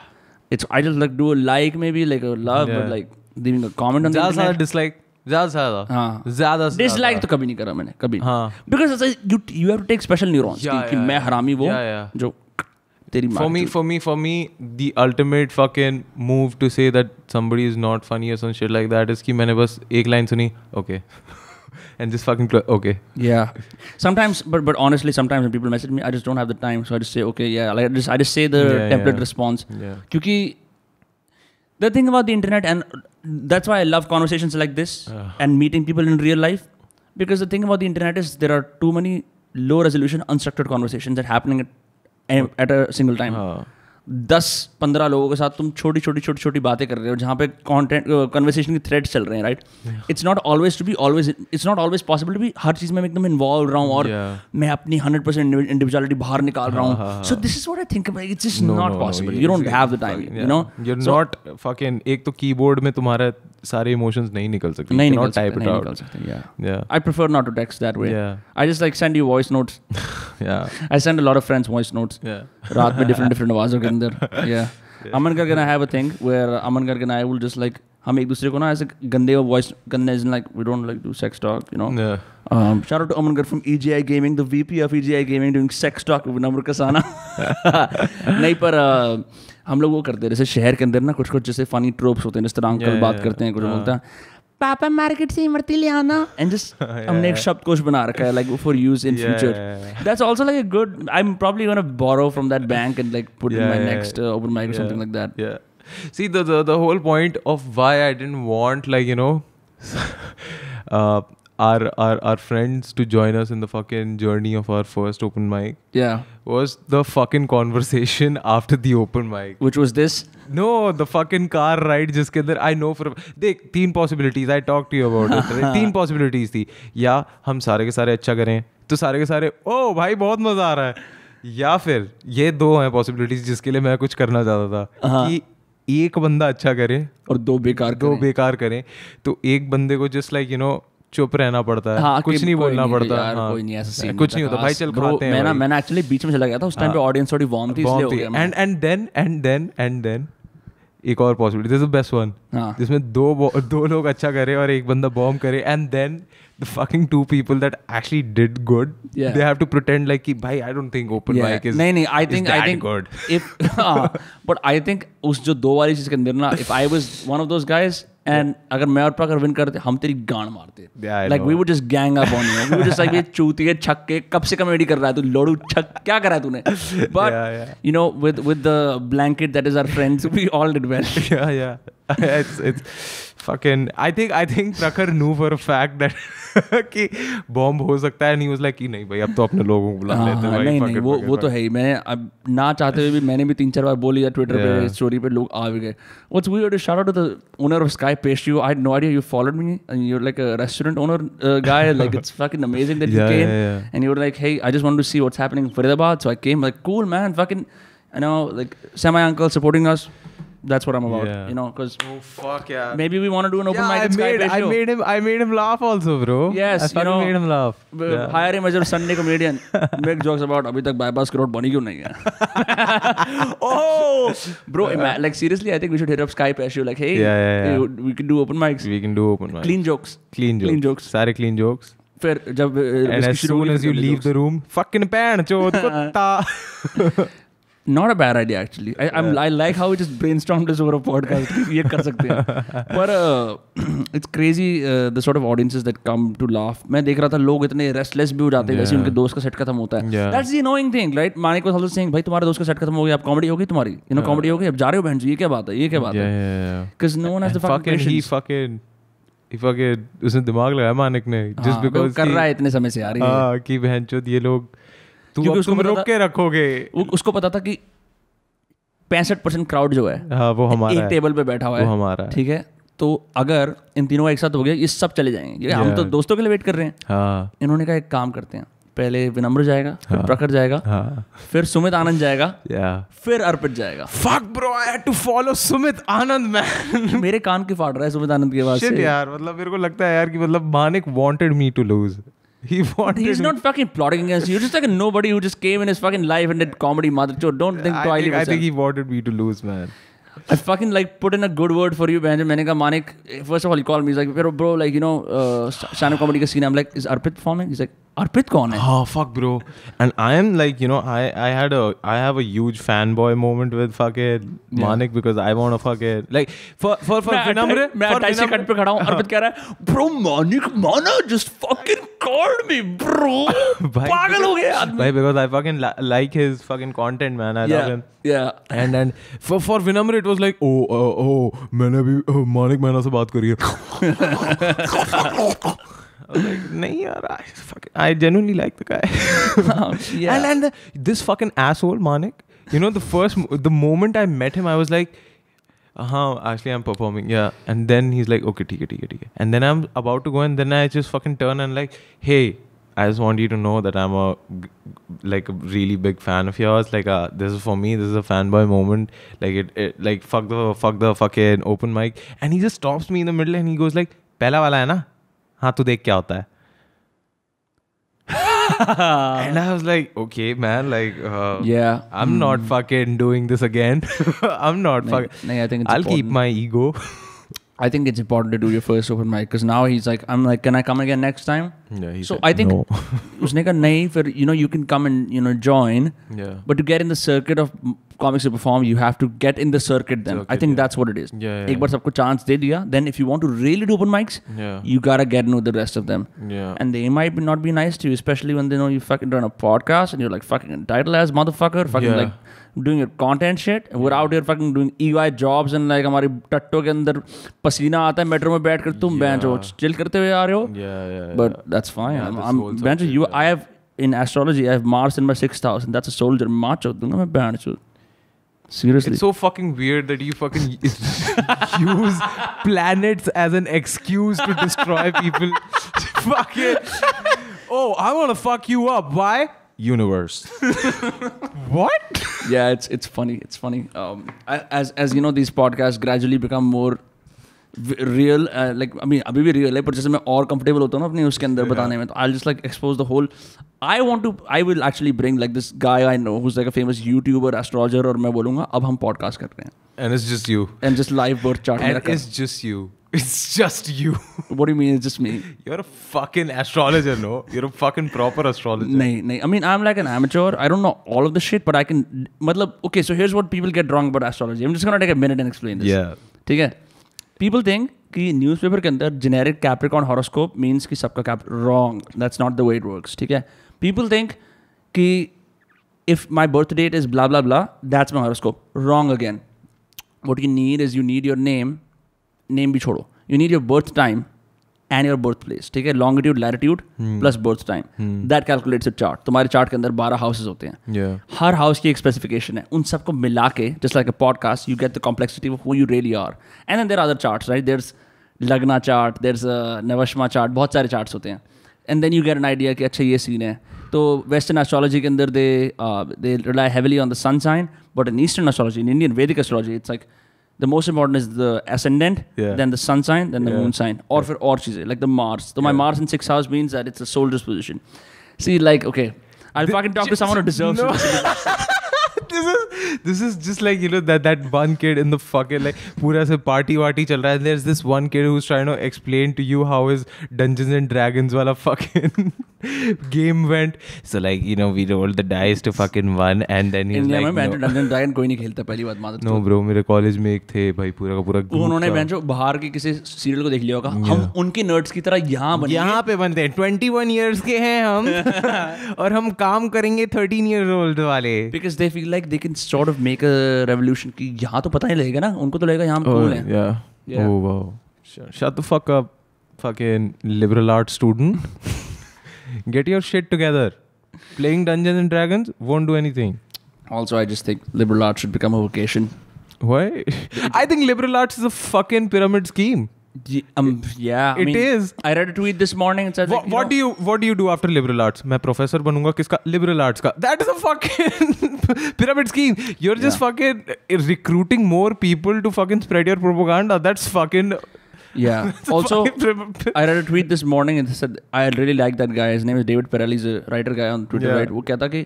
it's I just like do like maybe like love but
Yeah.
Like giving a comment on
ज्यादा से ज्यादा
the
dislike. ज्यादा से ज्यादा.
हाँ।
ज्यादा से
डिसलाइक
ज्यादा.
तो कभी नहीं करा मैंने कभी
हाँ.
Because you you have to take special neurons
Yeah,
कि
yeah,
मैं
yeah.
हरामी वो
Yeah, yeah.
जो तेरी माँ
For
की
me, for me, for me, the ultimate fucking move to say that somebody is not funny or some shit like that is कि मैंने बस एक line सुनी, okay, and just fucking cl- okay.
Yeah. Sometimes, but but honestly, sometimes when people message me, I just don't have the time, so I just say, okay, yeah, like I just I just say the
Yeah,
template
yeah.
response.
Yeah.
Because the thing about the internet, and that's why I love conversations like this
Uh.
and meeting people in real life, because the thing about the internet is there are too many low resolution, unstructured conversations that happening at at a single time.
हाँ.
दस पंद्रह लोगों के साथ तुम छोटी छोटी छोटी छोटी बातें कर रहे हो जहाँ पे uh, कंटेंट कन्वर्सेशन के थ्रेड्स चल रहे हैं right it's not always to be always it's not always possible to be हर चीज़ में मैं एकदम इन्वॉल्व रहा हूँ और
Yeah. हाँ,
मैं अपनी हंड्रेड परसेंट इंडिविजुअलिटी बाहर निकाल रहा हूँ so this is what I think it's is not possible you don't have the time you know
you're not fucking एक तो keyboard में तुम्हारे सारे emotions नहीं निकल सकते
नहीं
You
निकल
cannot
सकते
type
नहीं
it
निकल
out
सकते yeah
yeah
I prefer not to text that way.
Yeah.
I just like send you voice notes.
yeah
I send a lot of friends voice notes.
yeah
रात में different different आवाजों के अंदर या अमन करके ना have a thing where Aman करके ना आई विल जस्ट लाइक हम एक दूसरे को ना ऐसे गंदे वॉइस गंदे like we don't like do sex talk you know
yeah
Um, shout out to Aman Gar from EGI Gaming, the VP of EGI Gaming doing sex talk with Namr Kasana. नहीं पर uh, हम लोग वो करते हैं जैसे शहर के अंदर ना कुछ कुछ जैसे फनी ट्रोप्स होते हैं जिस तरह अंकल
Yeah,
बात
yeah,
करते हैं कुछ बोलता है पापा मार्केट से इमरती ले आना एंड जस्ट हमने एक शब्दकोश बना रखा है like for use in
Yeah, yeah,
future that's also like a good I am probably gonna borrow from that bank and like put in
Yeah,
my
yeah,
next open mic और something like that
yeah see the, the the whole point of why i didn't want like you know uh our, our our friends to join us in the fucking journey of our first open mic
yeah
was the fucking conversation after the open mic
which was this
No, the fucking car ride जिसके अंदर I know for देख तीन possibilities I talked to you about it right? तीन possibilities थी या हम सारे के सारे अच्छा करें तो सारे के सारे ओ भाई बहुत मजा आ रहा है या फिर ये दो हैं possibilities जिसके लिए मैं कुछ करना चाहता था कि एक बंदा अच्छा करे
और दो हाँ। बेकार
दो बेकार करें तो एक बंदे को जस्ट लाइक यू नो चुप रहना पड़ता है
हाँ,
कुछ
कि
नहीं
कोई
बोलना
नहीं,
पड़ता
यार,
हाँ,
कोई नहीं, ऐसा scene
कुछ नहीं
था
होता भाई
खास।
चल
Bro,
खाते हैं
मैं ना
भाई। हाँ।
मैंने एक्चुअली बीच में चला गया था उस टाइम पे ऑडियंस थोड़ी वार्म थी इसलिए हो गया मैं-
and and then and then and then एक और possibility this is best one
हाँ।
जिसमें दो बो- दो लोग अच्छा करे और एक बंदा बॉम्ब करे and then the fucking two people that actually did good
Yeah.
They have to pretend like कि भाई I don't think open
Yeah.
Mic is
नहीं नहीं I think I think
good
if but I think उस जो दो वाली चीज के अंदर ना if I was one of those guys and अगर मैं और प्रखर विन करते हम तेरी गांड
Yeah, I
मारते like
know.
We would just gang up on you we would just like ये चूती है छक्के कब से कॉमेडी कर रहा है तू लोड़ू छक क्या करा है तूने
Yeah,
but you know with with the blanket that is our friends we all did well
yeah yeah it's it's fucking i think i think prakhar knew for a fact that कि bomb हो सकता है and he was like कि नहीं भाई अब तो अपने लोगों को बुला लेते हैं
हाँ,
भाई
नहीं
fuck
नहीं
it,
वो
fuck it,
वो
fuck
तो है ही मैं अब ना चाहते हुए भी मैंने भी तीन चार बार बोल लिया ट्विटर पे
Yeah.
स्टोरी पे लोग आ भी गए what's we to shout out the owner of sky Pesh you I no idea you followed me and you like a restaurant owner guy like it's fucking amazing that you
Yeah,
came
yeah, yeah.
And you like hey I just want to see what's happening in Faridabad so I came like cool man fucking you know like semi uncle supporting us that's what I am
Yeah.
About you know cuz
it. oh fuck yeah
maybe we want to do an open
yeah,
mic
I
at sky
made,
Pesh
I
Show.
made him I made him laugh also, bro.
Yes,
I
you
fucking
know,
made him laugh.
Uh, hire him as your Sunday comedian. Make jokes about अभी तक bypass crore बनी क्यों नहीं है oh bro ima- like seriously I think we should hit up Skype as you like hey
Yeah, yeah, yeah.
you- we can do open mics
We can do open mic.
clean jokes uh,
clean jokes.
clean jokes.
Sare clean jokes.
फिर जब
And as soon as you leave the room, fucking pan, kutta.
Not a bad idea actually I like how it is brainstorm this over a podcast ये कर सकते हैं पर it's crazy the sort of audiences that come to laugh मैं देख रहा था लोग इतने रेस्टलेस भी हो जाते हैं जैसे
Yeah.
उनके दोस्त का सेट खत्म होता है
Yeah.
That's the annoying thing right Manik was also saying भाई तुम्हारे दोस्त का सेट खत्म हो गया अब कॉमेडी हो गई तुम्हारी यू नो कॉमेडी हो गई अब जा रहे हो बहन जी ये क्या बात है ये क्या
yeah,
बात
yeah,
है
yeah.
cuz no one has
And
the fucking
fucking he
patience
fucking he fucking उसने दिमाग लगाया मानिक ने
हाँ,
just
वो
because
कर
कि-
रहा है इतने समय से यार ये।
हाँ कि बहनचोद ये लोग तू
क्योंकि
अब
उसको
तुम
पता
रोक
था-
के रखोगे
वो- उसको पता था कि 65% क्राउड जो है
हाँ वो हमारा
एक
है,
टेबल पे बैठा हुआ
वो
है
हमारा है
ठीक है तो अगर इन तीनों का एक साथ हो गया ये सब चले जाएंगे ये हम तो
Yeah.
दोस्तों के लिए वेट कर रहे हैं
हाँ
इन्होंने कहा एक काम करते हैं पहले विनम्र जाएगा फिर प्रखर जाएगा
हाँ
फिर सुमित आनंद जाएगा
yeah
फिर अर्पित जाएगा
fuck bro I had to follow Sumit Anand man
मेरे कान की फाड़ रहा है सुमित आनंद की आवाज
shit
से
यार मतलब मेरे को लगता है यार कि मतलब Manik wanted me to lose he wanted
He is
me-
not fucking plotting against you. You're just like a nobody who just came in his fucking life and did comedy, mother. So don't think
I
twice.
think, I think he wanted me to lose man
I fucking like put in a good word for you, Benjamin. मैंने कहा Manik first of all he called me he's like bro, bro like you know uh, Shanu comedy का scene I'm like is Arpit performing he's like Arpit कौन है
Oh fuck, bro! And I am like, you know, I I had a I have a huge fanboy moment with fucking Manik because I want to fucking like for for for
मैं
Vinamre.
अट्ठाईस- मैं
for
28
Vinamre-
second पे खड़ा हूँ अर्पित कह रहा है bro Manik माना just fucking called me bro
भाई,
पागल हो गया आदमी
भाई, because I fucking li- like his fucking content, man. I love
yeah
him.
yeah
And then for for Vinamre it was like oh uh, oh मैंने भी uh, Manik मैना से बात करी है. I was like नहीं यार I fucking I genuinely like the guy.
yeah
And, and the, this fucking asshole, Manik, you know, the first, the moment I met him, I was like, huh, actually, I'm performing. Yeah. And then he's like, okay, TK, TK, TK. And then I'm about to go, and then I just fucking turn and like, hey, I just want you to know that I'm a g- like a really big fan of yours. Like, uh, this is for me. This is a fanboy moment. Like it, it, like fuck the fuck the fucking open mic. And he just stops me in the middle and he goes like, "पहला वाला है ना? हाँ तू देख क्या होता है?" And I was like, okay, man, like, uh,
yeah Hmm.
I'm not fucking doing this again. I'm not
नहीं,
fucking.
नहीं I think
I'll keep my ego.
I think it's important to do your first open mic because now he's like, I'm like, can I come again next time?
Yeah,
So I think उसने कहा नहीं फिर you know you can come and you know join,
Yeah.
but to get in the circuit of m- comics to perform, you have to get in the circuit. Then I
Circuit,
think
yeah.
that's what it is.
Yeah,
एक बार सबको chance दे दिया. Then if you want to really do open mics,
Yeah.
you gotta get know the rest of them.
Yeah.
And they might be- not be nice to you, especially when they know you fucking run a podcast and you're like fucking entitled as motherfucker, fucking
Yeah.
like doing your content shit. And we're out here fucking doing EY jobs and like हमारे टट्टों के अंदर पसीना आता है metro में बैठ कर तुम बेंच हो चिल करते हुए आ रहे हो
Yeah, yeah.
but that's fine
Yeah,
I'm,
the
I'm
soul
bench
subject,
you I have in astrology I have Mars in my sixth house and that's a soldier macho dunga main bench seriously
It's so fucking weird that you fucking use planets as an excuse to destroy people. fuck it. Oh, I want to fuck you up. Why? Universe. what?
yeah it's it's funny it's funny um I, as as you know these podcasts gradually become more v- real uh, like i mean abhi bhi real hai but जैसे मैं और comfortable होता हूँ ना अपने उसके अंदर बताने में तो i'll just like expose the whole i want to i will actually bring like this guy i know who's like a famous youtuber astrologer और मैं बोलूँगा अब हम podcast कर रहे हैं
And it's just you.
and just live birth chart मेरा
And
कर
it's just you. It's just you.
what do you mean it's just me
You're a fucking astrologer, no? You're a fucking proper astrologer.
नहीं नहीं I mean I am like an amateur I don't know all of the shit but I can मतलब okay so here's what people get wrong about astrology I am just gonna take a minute and explain this
Yeah.
ठीक है people think कि newspaper के अंदर generic Capricorn horoscope means कि सबका cap wrong that's not the way it works ठीक है people think कि if my birth date is blah blah blah that's my horoscope wrong again what you need is you need your name name भी छोड़ो you need your birth time and your birth place ठीक है longitude latitude plus birth time that calculates a chart तुम्हारे chart के अंदर बारह houses होते हैं
Yeah.
हर हाउस की एक स्पेसिफिकेशन है उन सबको मिला के just like a podcast you get the complexity of who you really are and there other charts right there's लगना चार्ट देर्स नवशमा चार्ट uh, बहुत सारे चार्ट्स होते हैं and then you get an idea कि अच्छा ये सीन है तो वेस्टर्न एस्ट्रोलॉजी के अंदर uh, they they rely heavily on the sun sign but in eastern astrology in Indian Vedic astrology it's like the most important is the ascendant
Yeah.
Then the sun sign then the
Yeah.
Moon sign और फिर और चीज़ें like the Mars तो my Mars in six house means that it's a soldier's position see like okay I'll fucking talk to someone who deserves it.
this is this is just like you know that that one kid in the fucking like पूरा से party वार्टी चल रहा है there's this one kid who's trying to explain to you how his Dungeons and Dragons वाला fucking game went so like you know we rolled the dice to fucking one and then he's
India में
like
bank
no,
dungeon dragon कोई नहीं खेलता पहली बात मादर
no bro मेरे college में एक थे भाई पूरा का पूरा group
उन्होंने
था।
बैंक जो बाहर के किसी सीरियल को देख लिया होगा हम उनके नर्ड्स की तरह यहाँ बने
यहाँ पे बनते हैं ट्वेंटी वन ईयर्स के हैं हम और हम काम करेंगे थर्टीन ईयर ओल्ड वाले
because they feel like they can sort of make a revolution की यहाँ तो पता नहीं लगेगा ना उनको तो लगेगा यहाँ
Oh,
हम कूल हैं
yeah.
Yeah.
Oh wow. Shut, shut the fuck up, fucking liberal arts student. Get your shit together. Playing Dungeons and Dragons won't do anything.
Also I just think liberal art should become a vocation
Why? I think liberal arts is a fucking pyramid scheme. um,
या
It is.
I read to eat this morning it's
What, what do you what do you do after liberal arts? मैं professor बनूंगा किसका liberal arts का. That is a fucking pyramid scheme. You're just fucking recruiting more people to fucking spread your propaganda. That's fucking
Yeah. Also,
fucking pyramid-
I read a tweet this morning and it said I really like that guy. His name is David Perel. He's a writer guy on Twitter.
Yeah.
Right? वो कहता कि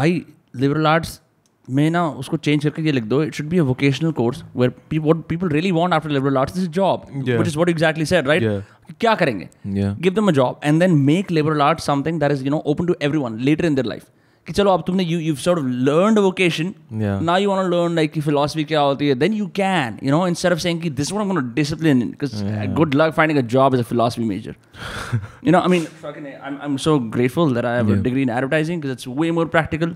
भाई liberal arts में ना उसको change करके ये लिख दो. It should be a vocational course where people what people really want after liberal arts is a job,
Yeah.
which is what you exactly said, right?
Yeah.
क्या करेंगे?
Yeah.
Give them a job and then make liberal arts something that is you know open to everyone later in their life. कि चलो अब तुमने you you've sort of learned a vocation.
Yeah.
Now you want to learn like की philosophy क्या होती है. Then you can you know instead of saying कि this is what I'm going to discipline because good luck finding a job as a philosophy major. you know I mean fucking I'm I'm so grateful that I have a
Yeah.
degree in advertising because it's way more practical.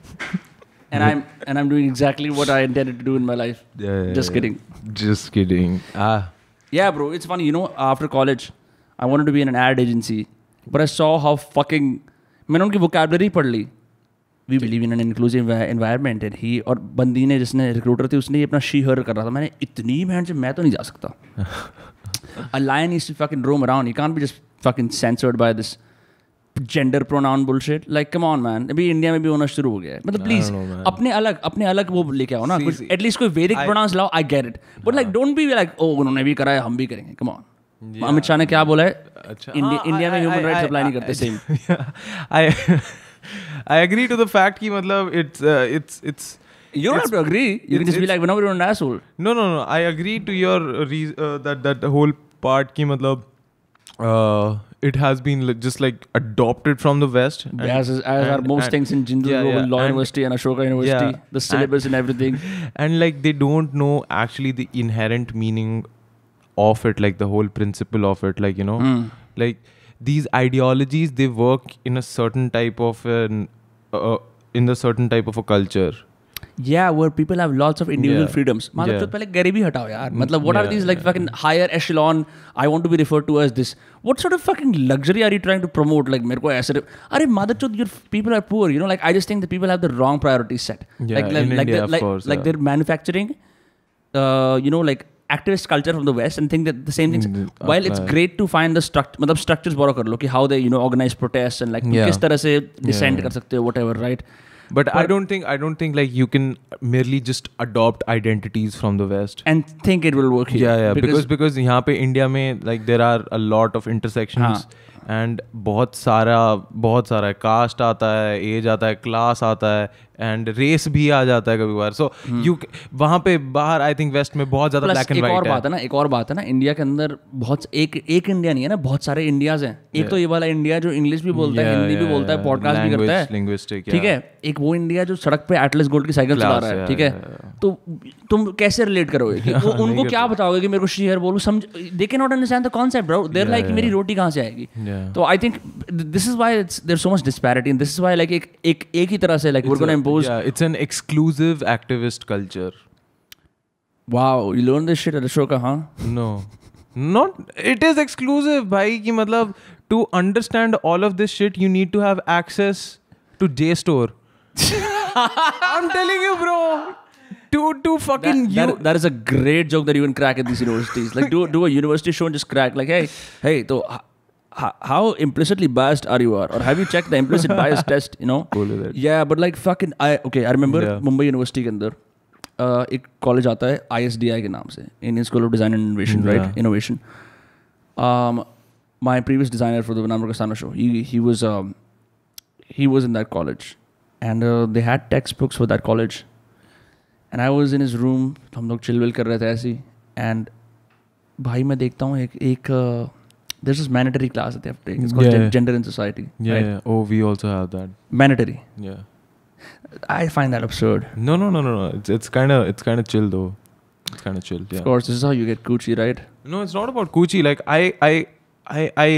and I'm and I'm doing exactly what I intended to do in my life.
Yeah,
Just kidding.
Uh, Just kidding. Ah.
Yeah, bro, it's funny. You know, after college, I wanted to be in an ad agency, but I saw how fucking मैंने उनकी vocabulary पढ़ ली we believe in an inclusive environment and he और बंदी ने जिसने recruiter थी उसने ये अपना शी हर कर रहा था मैंने इतनी बहन से मैं तो नहीं जा सकता a lion is fucking roam around you can't be just fucking censored by this gender pronoun bullshit like come on man अभी इंडिया में भी होना शुरू हो गया है मतलब
I
please
don't know, man.
अपने अलग अपने अलग वो लेके आओ ना
See,
कुछ
see,
एटलीस्ट कोई वैदिक
I- हाँ।
प्रोनाउंस लाओ I get it but like don't be like oh oh, उन्होंने भी करा है हम भी करेंगे कम ऑन अमित शाह ने क्या बोला है
अच्छा
इंडिया इंडिया में ह्यूमन राइट्स अप्लाई नहीं करते same
I I agree to the fact कि मतलब it's it's it's
you don't have to agree you can just be like whenever you an asshole
no no no I agree to your that that whole part की मतलब it has been just like adopted from the West
As, as are
and-
most
and-
things in Jindal
Yeah,
Global
yeah,
Law
and-
University and Ashoka University,
Yeah,
the syllabus and everything.
and like they don't know actually the inherent meaning of it like the whole principle of it like you know like these ideologies they work in a certain type of an uh, in a certain type of a culture
Yeah, where people have lots of individual
Yeah.
freedoms. मतलब
Yeah. Mm.
तो पहले गरीबी हटाओ यार मतलब what are
yeah,
these like fucking higher echelon I want to be referred to as this what sort of fucking luxury are you trying to promote like मेरे को ऐसे अरे mother चोद your people are poor you know like I just think that people have the wrong priority set like
Yeah,
like
in
like,
India,
they're,
of
like,
course,
like
yeah.
they're manufacturing uh, you know like activist culture from the west and think that the same things
Mm,
while it's
apply.
great to find the struct मतलब structures borrow कर लो कि how they you know organize protests and like तुम
Yeah.
किस तरह से descend
yeah.
कर सकते हो whatever right
but i don't think i don't think like you can merely just adopt identities from the west
and think it will work here
yeah yeah because because यहाँ पे India में like there are a lot of intersections
हाँ.
and बहुत सारा बहुत सारा cast आता है एज आता है क्लास आता है एंड रेस भी आ जाता है कभी बार सो यू वहाँ पे बाहर आई थिंक वेस्ट में बहुत ज्यादा
प्लस
ब्लैक एंड
हाँ. एक और
वाइट है
बात है ना एक और बात है ना इंडिया के अंदर बहुत एक एक इंडिया नहीं है ना बहुत सारे इंडियाज हैं एक तो ये वाला इंडिया जो इंग्लिश भी बोलता है
Yeah,
हिंदी भी
yeah,
बोलता है
yeah.
पॉडकास्ट भी करता
Language,
है
linguistic,
ठीक है
yeah.
एक वो इंडिया जो सड़क पे एटलस गोल्ड की साइकिल चला
Class,
रहा है
yeah,
ठीक है
yeah,
तो तुम कैसे रिलेट करोगे कि वो उनको क्या बताओगे कि मेरे को शेयर बोलो समझ दे के not understand the concept bro there like मेरी रोटी कहाँ से आएगी
Yeah.
तो I think this is why it's there so much disparity and this is why like एक एक एक ही तरह से like we gonna impose
yeah, it's an exclusive activist culture.
Wow you learn this shit at Ashoka हां
No. Not it is exclusive भाई कि मतलब to understand all of this shit you need to have access to JSTOR. I'm telling you bro. To to fucking
that,
you
that- that is a great joke that you can crack at these universities. Like, do do a university show and just crack. Like, hey, hey, so h- h- how implicitly biased are you? Are or have you checked the implicit bias test? You know.
Cool with it.
Yeah, but like fucking, I okay. I remember
Yeah.
Mumbai University के अंदर uh, एक college आता है ISDI के नाम से Indian School of Design and Innovation, right?
Yeah.
Innovation. Um, my previous designer for the Namra Kasano show, he he was um, he was in that college, and uh, they had textbooks for that college. And I was in is room तो हम लोग chill will कर रहे थे ऐसे ही and भाई मैं देखता हूँ एक एक uh, there is mandatory class
Yeah.
Gender in society
Yeah, yeah. Oh, we also have that.
Mandatory
Yeah.
I find that absurd
No, no, no, no, no. It's it's kind of it's kind of chill though. It's kind of chill. Yeah.
Of course, this is how you get coochie, right?
No, it's not about Gucci. Like I, I, I, I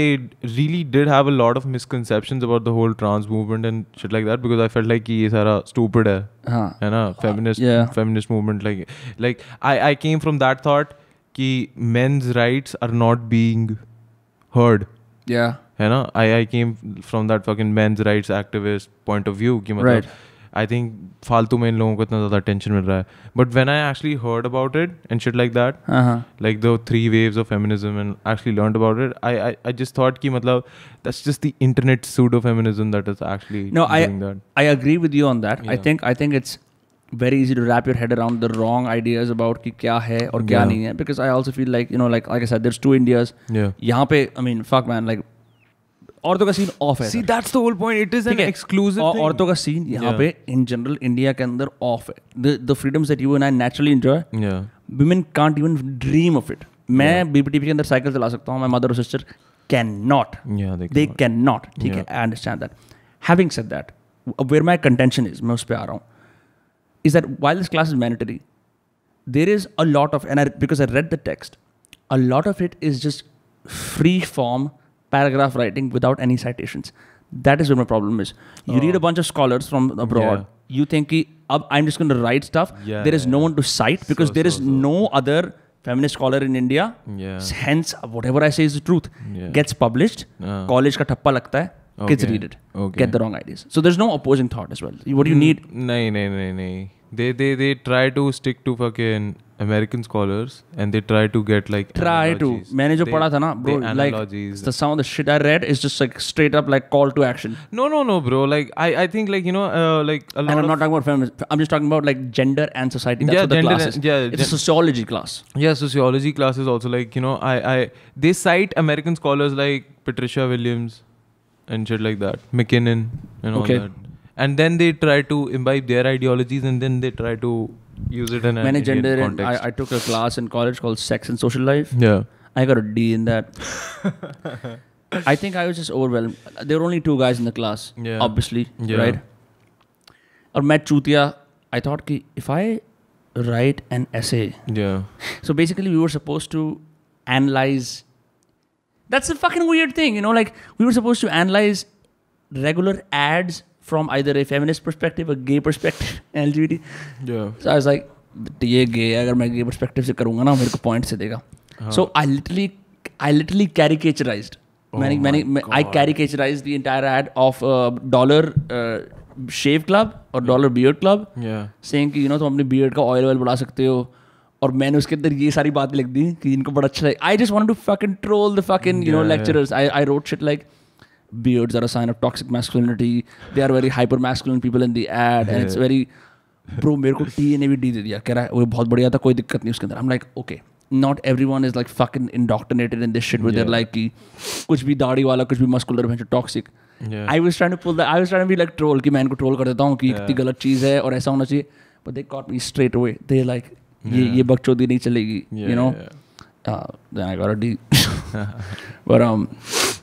really did have a lot of misconceptions about the whole trans movement and shit like that because I felt like ये सारा stupid है,
हाँ
है ना? Feminist,
yeah.
feminist movement. Like, like I, I came from that thought कि men's rights are not being heard.
या
है ना I I came from that fucking men's rights activist point of view कि मतलब
Right.
आई थिंक फालतू में इन लोगों को इतना ज़्यादा टेंशन मिल रहा है but when I actually heard about it and shit like that
हाँ हाँ
like the three waves of feminism and actually learned about it i i, I just thought ki matlab that's just the internet pseudo feminism that is actually
No, I-
doing that
I agree with you on that. I
Yeah.
think I think it's very easy to wrap your head around the wrong ideas about कि क्या है और क्या
Yeah.
नहीं है because I also feel like you know like like I said there's two Indias
yeah
यहाँ पे I mean fuck man like औरतों का सीन ऑफ है
see that's the whole point it is
ठीक
an
है?
exclusive
और
thing.
औरतों का सीन यहाँ
Yeah.
पे इन जनरल इंडिया के अंदर ऑफ है the freedoms that you and I naturally enjoy
yeah
women can't even dream of it मैं बीबीटीपी के अंदर साइकिल चला सकता हूँ माई मदर और sister can not
Yeah, they
they can not ठीक है
Yeah.
I understand that having said that where my contention is मैं उस पर आ रहा हूँ is that while this class is mandatory there is a lot of and because I read the text a lot of it is just free form paragraph writing without any citations that is my problem is you read a bunch of scholars from abroad
Oh. Yeah.
you think कि अब i'm just going to write stuff
Yeah,
there is no
yeah.
one to cite because
So,
there is
so, so.
no other feminist scholar in india
yeah
hence whatever i say is the truth
Yeah.
gets published
Uh,
college ka tappa lagta hai kids
Okay,
read it
okay.
get the wrong ideas so there's no opposing thought as well what do you
Mm,
need
nahi nahi nahi nahi they they they try to stick to fucking american scholars and they try to get like
try to
analogies.
मैंने जो
They-
पढ़ा था ना
they
bro like
analogies
the some of the shit i read is just like straight up like call to action
no no no bro like i i think like you know uh, like a
and
lot
i'm
of
not talking about feminism i'm just talking about like gender and society that's
Yeah,
what the
gender
class is
and- yeah,
it's a
gen-
sociology class
yeah sociology classes also like you know i i they cite american scholars like patricia williams and shit like that mckinnon and all
Okay.
that and then they try to imbibe their ideologies and then they try to use it in an
मैंने
Indian
gender and I,
context
I took a class in college called sex and social life
yeah
I got a D in that. I think I was just overwhelmed. There were only two guys in the class,
Yeah.
obviously,
Yeah.
right? Or Matt Chutia, I thought, ki, if I write an essay,
yeah
so basically we were supposed to analyze. That's a fucking weird thing, you know. Like we were supposed to analyze regular ads from either a feminist perspective, a gay perspective, LGBT.
yeah
So I was like, "But ये गे अगर मैं गे perspective से करूँगा ना मेरे को point से देगा so I literally I literally caricaturized मैंने मैंने मैं- I caricaturized the entire ad of uh, dollar uh, shave club और dollar beard club
yeah
saying कि you know तुम अपने beard का oil oil बढ़ा सकते हो और मैंने उसके अंदर ये सारी बातें लिख दी कि इनको बड़ा अच्छा I just want to fucking troll the fucking you know
Yeah, yeah.
lecturers I I wrote shit like beards are a sign of toxic masculinity they are very hyper masculine people in the ad and it's very bro मेरे को T ने भी D दे दिया कह रहा है वो बहुत बढ़िया था कोई दिक्कत नहीं उसके अंदर I am like okay not everyone is like fucking indoctrinated in this shit with
Yeah.
Like कि कुछ भी दाढ़ी वाला कुछ भी मस्कुलर भैंस toxic
yeah
I was trying to pull the I was trying be like troll कि मैं इनको ट्रोल कर देता हूँ कि इतनी
Yeah.
गलत चीज़ है और ऐसा होना चाहिए but they caught me straight away they like ये ये बकचोदी नहीं चलेगी
yeah
you know
yeah.
uh, then I got a D. but um,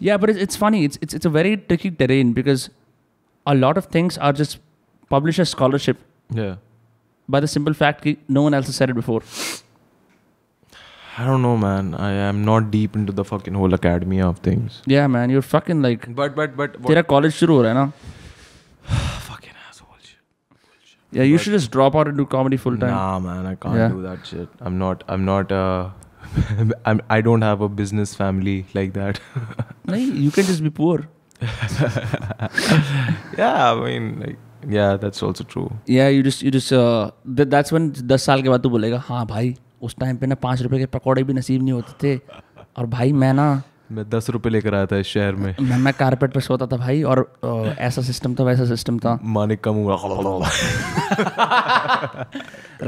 yeah, but it's, it's funny. It's, it's it's a very tricky terrain because a lot of things are just published as scholarship
yeah
by the simple fact that no one else has said it before.
i don't know man i am not deep into the fucking whole academy of things
Yeah, man, you're fucking like
but but but
तेरा college शुरू हो रहा है ना
fucking asshole shit
या you should just drop out and do comedy full time
Nah, man, I can't
Yeah.
do that shit. I'm not. I'm not. Uh, I'm. I don't have a business family like that.
नहीं you can just be poor
yeah, I mean, like, yeah, that's also true.
या you just you just that's when 10 साल के बाद तू बोलेगा हाँ भाई उस टाइम पे ना पाँच रुपए के पकौड़े भी नसीब नहीं होते थे और भाई मैं ना
मैं दस रुपए लेकर आया था इस शहर में
मैं मैं कारपेट पे सोता था भाई और अ, ऐसा सिस्टम था वैसा सिस्टम था
मानिक का मुंह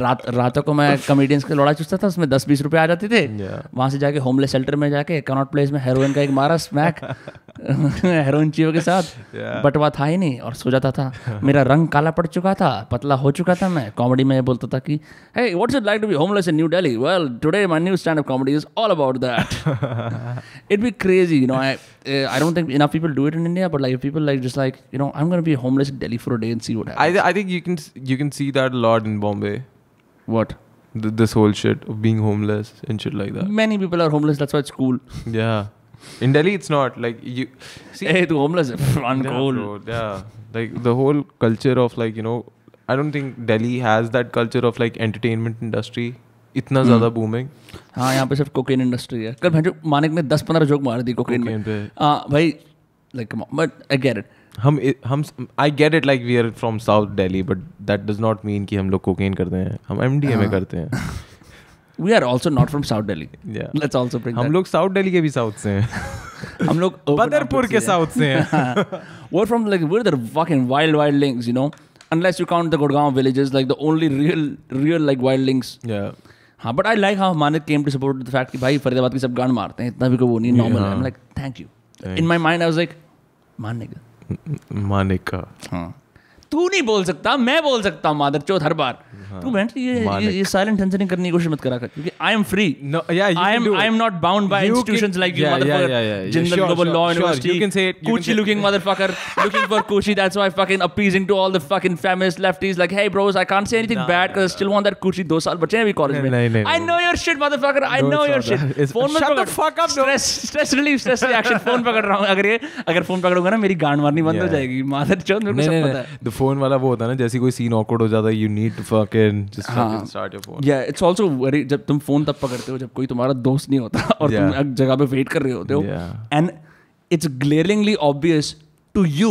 रात रातों को मैं कॉमेडियंस के लौड़ा चुसता था उसमें दस बीस रुपए आ जाते थे
Yeah.
वहाँ से जाके होमलेस सेल्टर में जाके कनॉट प्लेस में हेरोइन का एक मारा स्मैक हेरोइन चीजों के साथ बटवा था ही नहीं और सो जाता था मेरा रंग काला पड़ चुका था पतला हो चुका था मैं कॉमेडी में ये बोलता था कि hey what's it like to be homeless in New Delhi well today my new stand up comedy is all about that it be crazy you know I I don't think enough people do it in India but like people like just like you know I am gonna be homeless in Delhi for a day and see what
I th- I think you can s- you can see that a lot in Bombay.
What
Th- this whole shit of being homeless and shit like that.
many people are homeless that's why it's cool
Yeah. In Delhi, it's not like you see.
hey तू homeless है on
Yeah,
cool
bro, yeah. Like the whole culture of like you know, I don't think Delhi has that culture of like entertainment industry. इतना ज़्यादा booming.
हाँ यहाँ पे सिर्फ cocaine industry है कल भैंजो मानिक ने दस पंद्रह जोक मार दी कोकेन में
Cocaine पे.
हाँ भाई like but I get it
हम इ- हम I get it like we are from south Delhi but that does not mean कि हम लोग कोकेन करते हैं हम एमडीएमए करते हैं
we are also not from south Delhi
Yeah.
Let's also bring
हम लोग साउथ दिल्ली के भी साउथ से हैं
हम लोग open
बदरपुर के
opposite
साउथ से हैं
हैं। we're from like we're the fucking wild wild links you know unless you count the Gurgaon villages like the only real real like wild links
yeah
हाँ but I like how Manik came to support the fact कि भाई फरीदाबाद की सब गांड मारते हैं इतना भी कोई वो नहीं normal I am like thank you in my mind I was like मानने का
मानिका
हाँ तू नहीं बोल सकता मैं बोल सकता हूँ मादर चौथ हर बार तू बहन से ये ये, ये साइलेंट सेंसरिंग करने की कोशिश मत करा कर क्योंकि I am free
No, yeah, you
I
can
am
do it.
I am not bound by
You can-
institutions like you,
Yeah, yeah,
motherfucker.
yeah, yeah, yeah.
Jindal
Sure,
Global
sure,
Law
sure. You
University.
can say it, you can
Coochie
say it.
looking motherfucker looking for coochie. That's why fucking appeasing to all the fucking feminist lefties. Like, hey bros, I can't say anything bad because I still want that coochie. दो साल बचे हैं अभी college में.
नहीं, नहीं,
I
नहीं.
know your shit, motherfucker. I
No,
know
it's
your
not that.
shit.
It's-
Phone मत
Shut the
पकड़.
fuck up, dog.
Stress stress relief stress reaction. Phone पकड़ रहा हूँ. अगर ये अगर फोन पकड़ूंगा ना मेरी गांड मारनी बंद हो
Yeah.
जाएगी. मादर चौथ मेरे को
नहीं
सब
नहीं
पता है.
द फोन वाला वो होता है ना जैसे कोई सीन ऑकवर्ड हो जाता है you need to fucking just
हाँ.
फकिंग स्टार्ट योर फोन
या इट्स ऑल्सो वेरी जब तुम फोन तब पकड़ते हो जब कोई तुम्हारा दोस्त नहीं होता और तुम
Yeah.
एक जगह पे वेट कर रहे होते हो
Yeah.
And it's glaringly obvious to you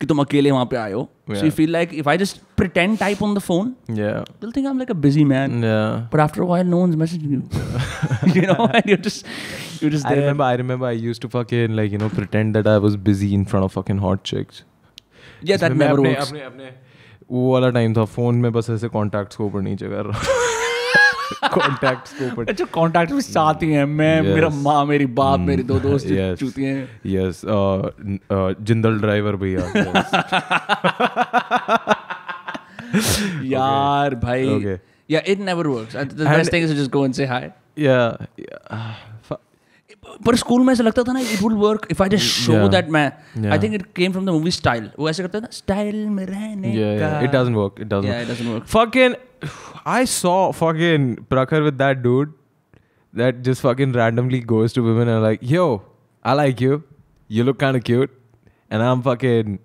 कि तुम अकेले वहां पे आए हो so you
Yeah.
Feel like if I just pretend type on the phone
या
will think I am like a busy
Mm.
Man
Yeah.
But after while no once messaging you you know and you just you just
I remember, I remember, I used to fucking like you know pretend that I was busy in front of fucking hot chicks.
या that
इसमें मैं
never
अपने,
works
अपने अपने वो वाला time था phone में बस ऐसे कॉन्टैक्ट्स को ऊपर नीचे कर रहा कॉन्टैक्ट्स को ऊपर
अच्छा कांटेक्ट में साथ ही हैं मैं
Yes. Mm.
मेरा माँ मेरी बाप मेरी दो दोस्त जो
Yes. uh,
चूती हैं
यस जिंदल ड्राइवर भैया yes.
यार भाई
Okay.
या it never works the
And-
best thing is just go and say hi
yeah, yeah. Fu-
पर स्कूल में ऐसा लगता था ना it would work if I just show
Mm, Yeah.
That मैं I
Yeah.
Think it came from the movie style वो ऐसे करते थे ना स्टाइल में रहने
yeah,
का
yeah. It doesn't work. It doesn't.
Yeah, it doesn't work.
Fucking, I saw fucking Prakhar with that dude that just fucking randomly goes to women and like, yo, I like you. You look kind of cute, and I'm fucking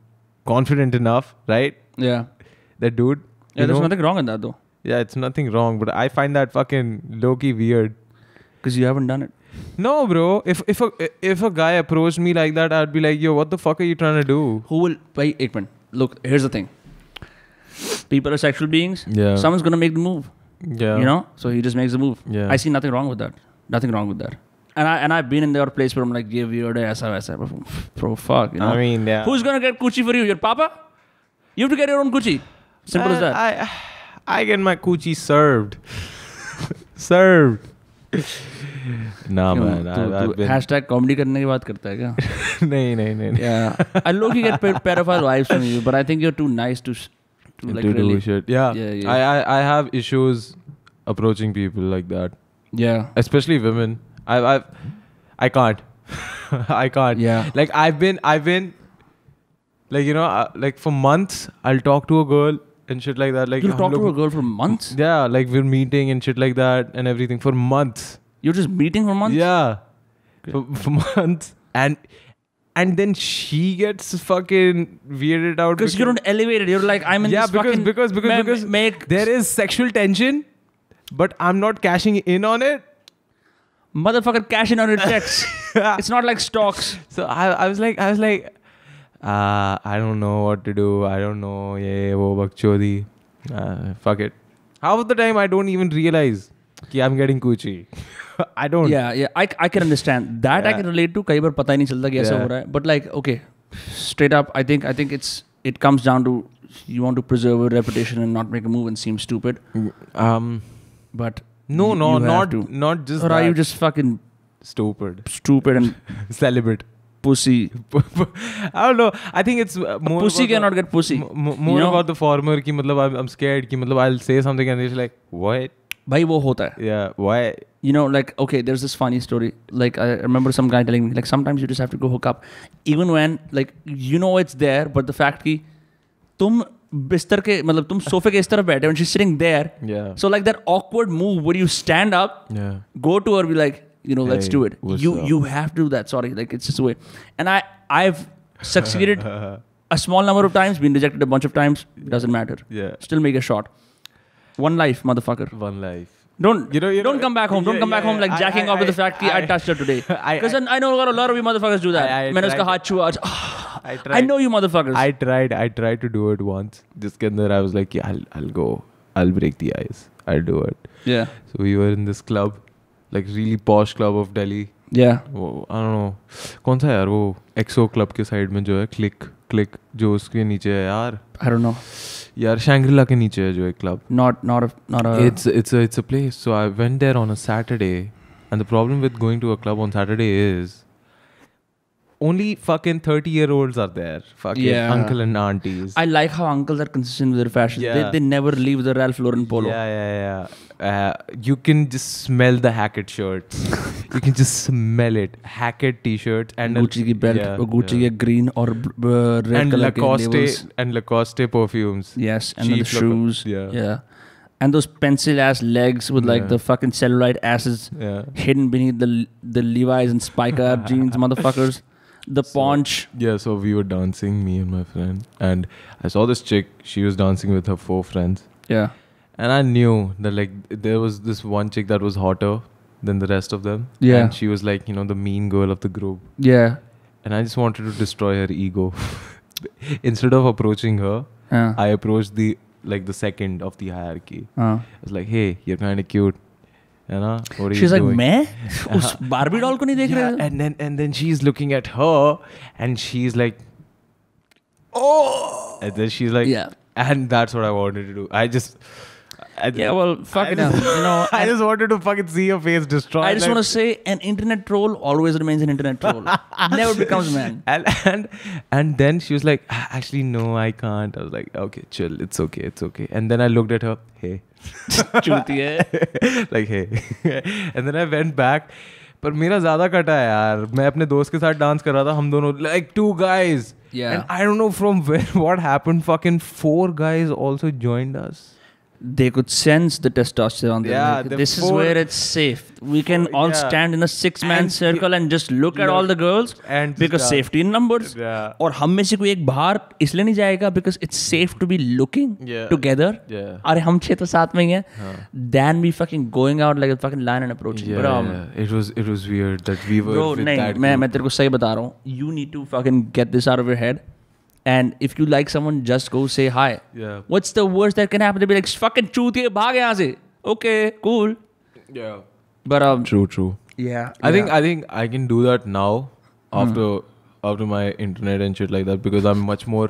confident enough, right?
yeah
That dude.
yeah
you
there's
know?
nothing wrong in that though
yeah, it's nothing wrong, but I find that fucking low key weird.
because you haven't done it
No, bro. If if a if a guy approached me like that, I'd be like, yo, what the fuck are you trying to do?
who will भाई एक minute look here's the thing people are sexual beings
Yeah.
someone's gonna make the move
Yeah.
you know so he just makes the move
Yeah.
I see nothing wrong with that nothing wrong with that and I and I've been in their place where I'm like yeah weird ass ass bro fuck you know
I mean, yeah.
who's gonna get coochie for you your papa you have to get your own coochie simple as
I-
that
I I get my coochie served. served. nah,
क्यों?
हाँ man.
तू- तू
I, I've been.
hashtag comedy करने की बात करता है क्या
नहीं, नहीं, नहीं, नहीं.
yeah i low key get pa- pedophile vibes from you but i think you're too nice to s- to like
to do
really
shit. Yeah.
Yeah, yeah.
I, I, I have issues approaching people like that,
yeah
especially women. I, I've, I can't. I can't.
Yeah.
Like I've been, I've been, like you know, uh, like for months, I'll talk to a girl and shit like that. Like
you'll
हम
talk to a
लोग-
girl for months
Yeah, like we're meeting and shit like that and everything for months.
you're just meeting for months
Yeah. For, for months. And and then she gets fucking weirded out.
because you're not elevated you're like i'm in
yeah,
this
because
fucking
because because
ma-
because
make
there is sexual tension, but I'm not cashing in on it.
motherfucker cash in on your checks it's not like stocks
So I, I was like I was like uh, I don't know what to do. I don't know. Yeah, wo bakchodi. Uh, fuck it. Half of the time I don't even realize ki I'm getting coochie. I don't.
yeah yeah i, I can understand that i
Yeah.
can relate to kai bar pata hi nahi chalta ki aisa
Yeah.
ho raha hai but like okay straight up i think i think it's it comes down to you want to preserve a reputation and not make a move and seem stupid
Um.
but
No,
you-
no,
you have
not
to.
not just.
or are
that.
you just fucking
stupid?
stupid and
Celibate.
pussy
I don't know. I think it's uh, more.
pussy
about the-
cannot get pussy
mo- mo- more
you know?
about the former. Ki, matlab, I'm, I'm scared. Ki, matlab, I'll say something and they're just like, what?
bhai wo hota hai
Yeah. Why?
you know like okay there's this funny story like i remember some guy telling me like sometimes you just have to go hook up even when like you know it's there but the fact ki tum बिस्तर के मतलब तुम सोफे के इस तरफ बैठे हो and she sitting there
Yeah.
So like that awkward move where you stand up,
yeah.
go to her, be like, you know, let's
Hey,
do it.
what's
You
up?
you have to do that. Sorry, like it's just a way. And I I've succeeded a small number of times, been rejected a bunch of times. Doesn't matter.
Yeah.
Still make a shot. One life, motherfucker.
One life.
Don't
You know- you
don't
know-
come back home. Don't
yeah,
come back
yeah,
home like
I-
jacking
I-
off with the
I-
fact that I,
I-
touched her today.
I-
Because I,
I-
know a lot of you motherfuckers do that.
I- I
मैंने उसका
tried-
हाथ छुआ आज,
I
I know you motherfuckers.
I tried. I tried to do it once. Just get there. I was like, yeah, I'll, I'll go. I'll break the ice. I'll do it.
yeah
So we were in this club, like really posh club of Delhi.
yeah.
वो I don't know कौन सा है यार वो Exo club के side में जो है क्लिक क्लिक जो उसके नीचे है यार
I don't know.
यार शैंग्रिला के नीचे है जो एक club
Not not a not a.
it's it's a it's a place. So I went there on a Saturday, and the problem with going to a club on Saturday is only fucking thirty year olds are there. Fucking
Yeah.
uncle and aunties.
I like how uncles are consistent with their fashion.
Yeah.
They, they never leave the Ralph Lauren polo.
Yeah, yeah, yeah. Uh, you can just smell the Hackett shirts. you can just smell it. Hackett t-shirts and a-
Gucci ki belt
yeah,
or Gucci
yeah.
ke green or b- b- red
and
color ke labels.
Lacoste and Lacoste perfumes.
Yes, and then the
Cheap Lacoste,
shoes.
yeah.
And those pencil ass legs with like
Yeah.
the fucking cellulite asses
Yeah.
hidden beneath the the Levi's and Spiker jeans, motherfuckers. The paunch.
Yeah, so we were dancing, me and my friend, and I saw this chick. She was dancing with her four friends,
Yeah.
and I knew that like there was this one chick that was hotter than the rest of them.
Yeah.
and she was like you know the mean girl of the group,
Yeah.
and I just wanted to destroy her ego. Instead of approaching her,
Uh,
I approached the like the second of the hierarchy.
uh.
I was like, "Hey, you're kind of cute, you know? What are
She's
you
like,
doing?"
मैं उस Barbie doll को नहीं देख
Yeah,
रहा
and then and then she's looking at her and she's like oh and then she's like
Yeah.
and that's what i wanted to do i just I
Yeah, well, fuck
I
it.
just-
You know,
i
and-
just wanted to fucking see your face destroyed
I just
like-
want to say an internet troll always remains an internet troll. Never becomes a man.
and, and and then she was like "Ah, actually no i can't i was like okay chill it's okay it's okay and then i looked at her hey
चूती है
like hey and then i went back पर मेरा ज्यादा कटा है यार मैं अपने दोस्त के साथ डांस कर रहा था हम दोनों like two guys
Yeah.
and i don't know from where what happened fucking four guys also joined us
They could sense the testosterone. They're
Yeah,
like,
the
this is
four-
where it's safe. We can
Four-
all
yeah.
stand in a six man
And-
circle and just look at all the girls
and uh, just
because
dance.
safety in numbers.
yeah
और हम में से कोई एक बाहर इसलिए नहीं जाएगा because it's safe to be looking
Yeah.
Together
yeah हाँ.
अरे हम छह तो साथ में ही हैं then be fucking going out like fucking line and approaching
yeah, yeah. it was it was weird that we were
bro
with
नहीं
that
मैं
group.
मैं तेरे को सही बता रहा हूँ you need to fucking get this out of your head and if you like someone just go say hi
yeah
what's the worst that can happen be like fucking चूतिए भाग यहाँ से okay cool
yeah
but um
true true
yeah Hmm.
I think I think I can do that now after after my internet and shit like that because I'm much more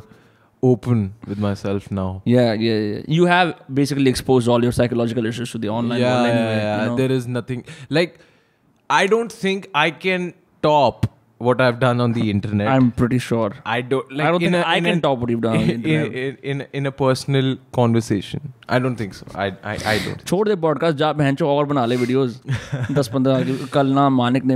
open with myself now.
yeah, yeah, yeah. You have basically exposed all your psychological issues to the online
yeah,
world anyway.
yeah, yeah.
you know?
There is nothing like I don't think I can top what I've done on the internet.
I'm pretty sure.
I don't like
I don't
in
think
a,
I
in
can
a,
top what you've done on the
in,
internet.
in, in in a personal conversation. I don't think so. I I, I don't.
छोड़ दे podcast जा बहन और बना ले videos दस पंद्रह कल ना मानिक ने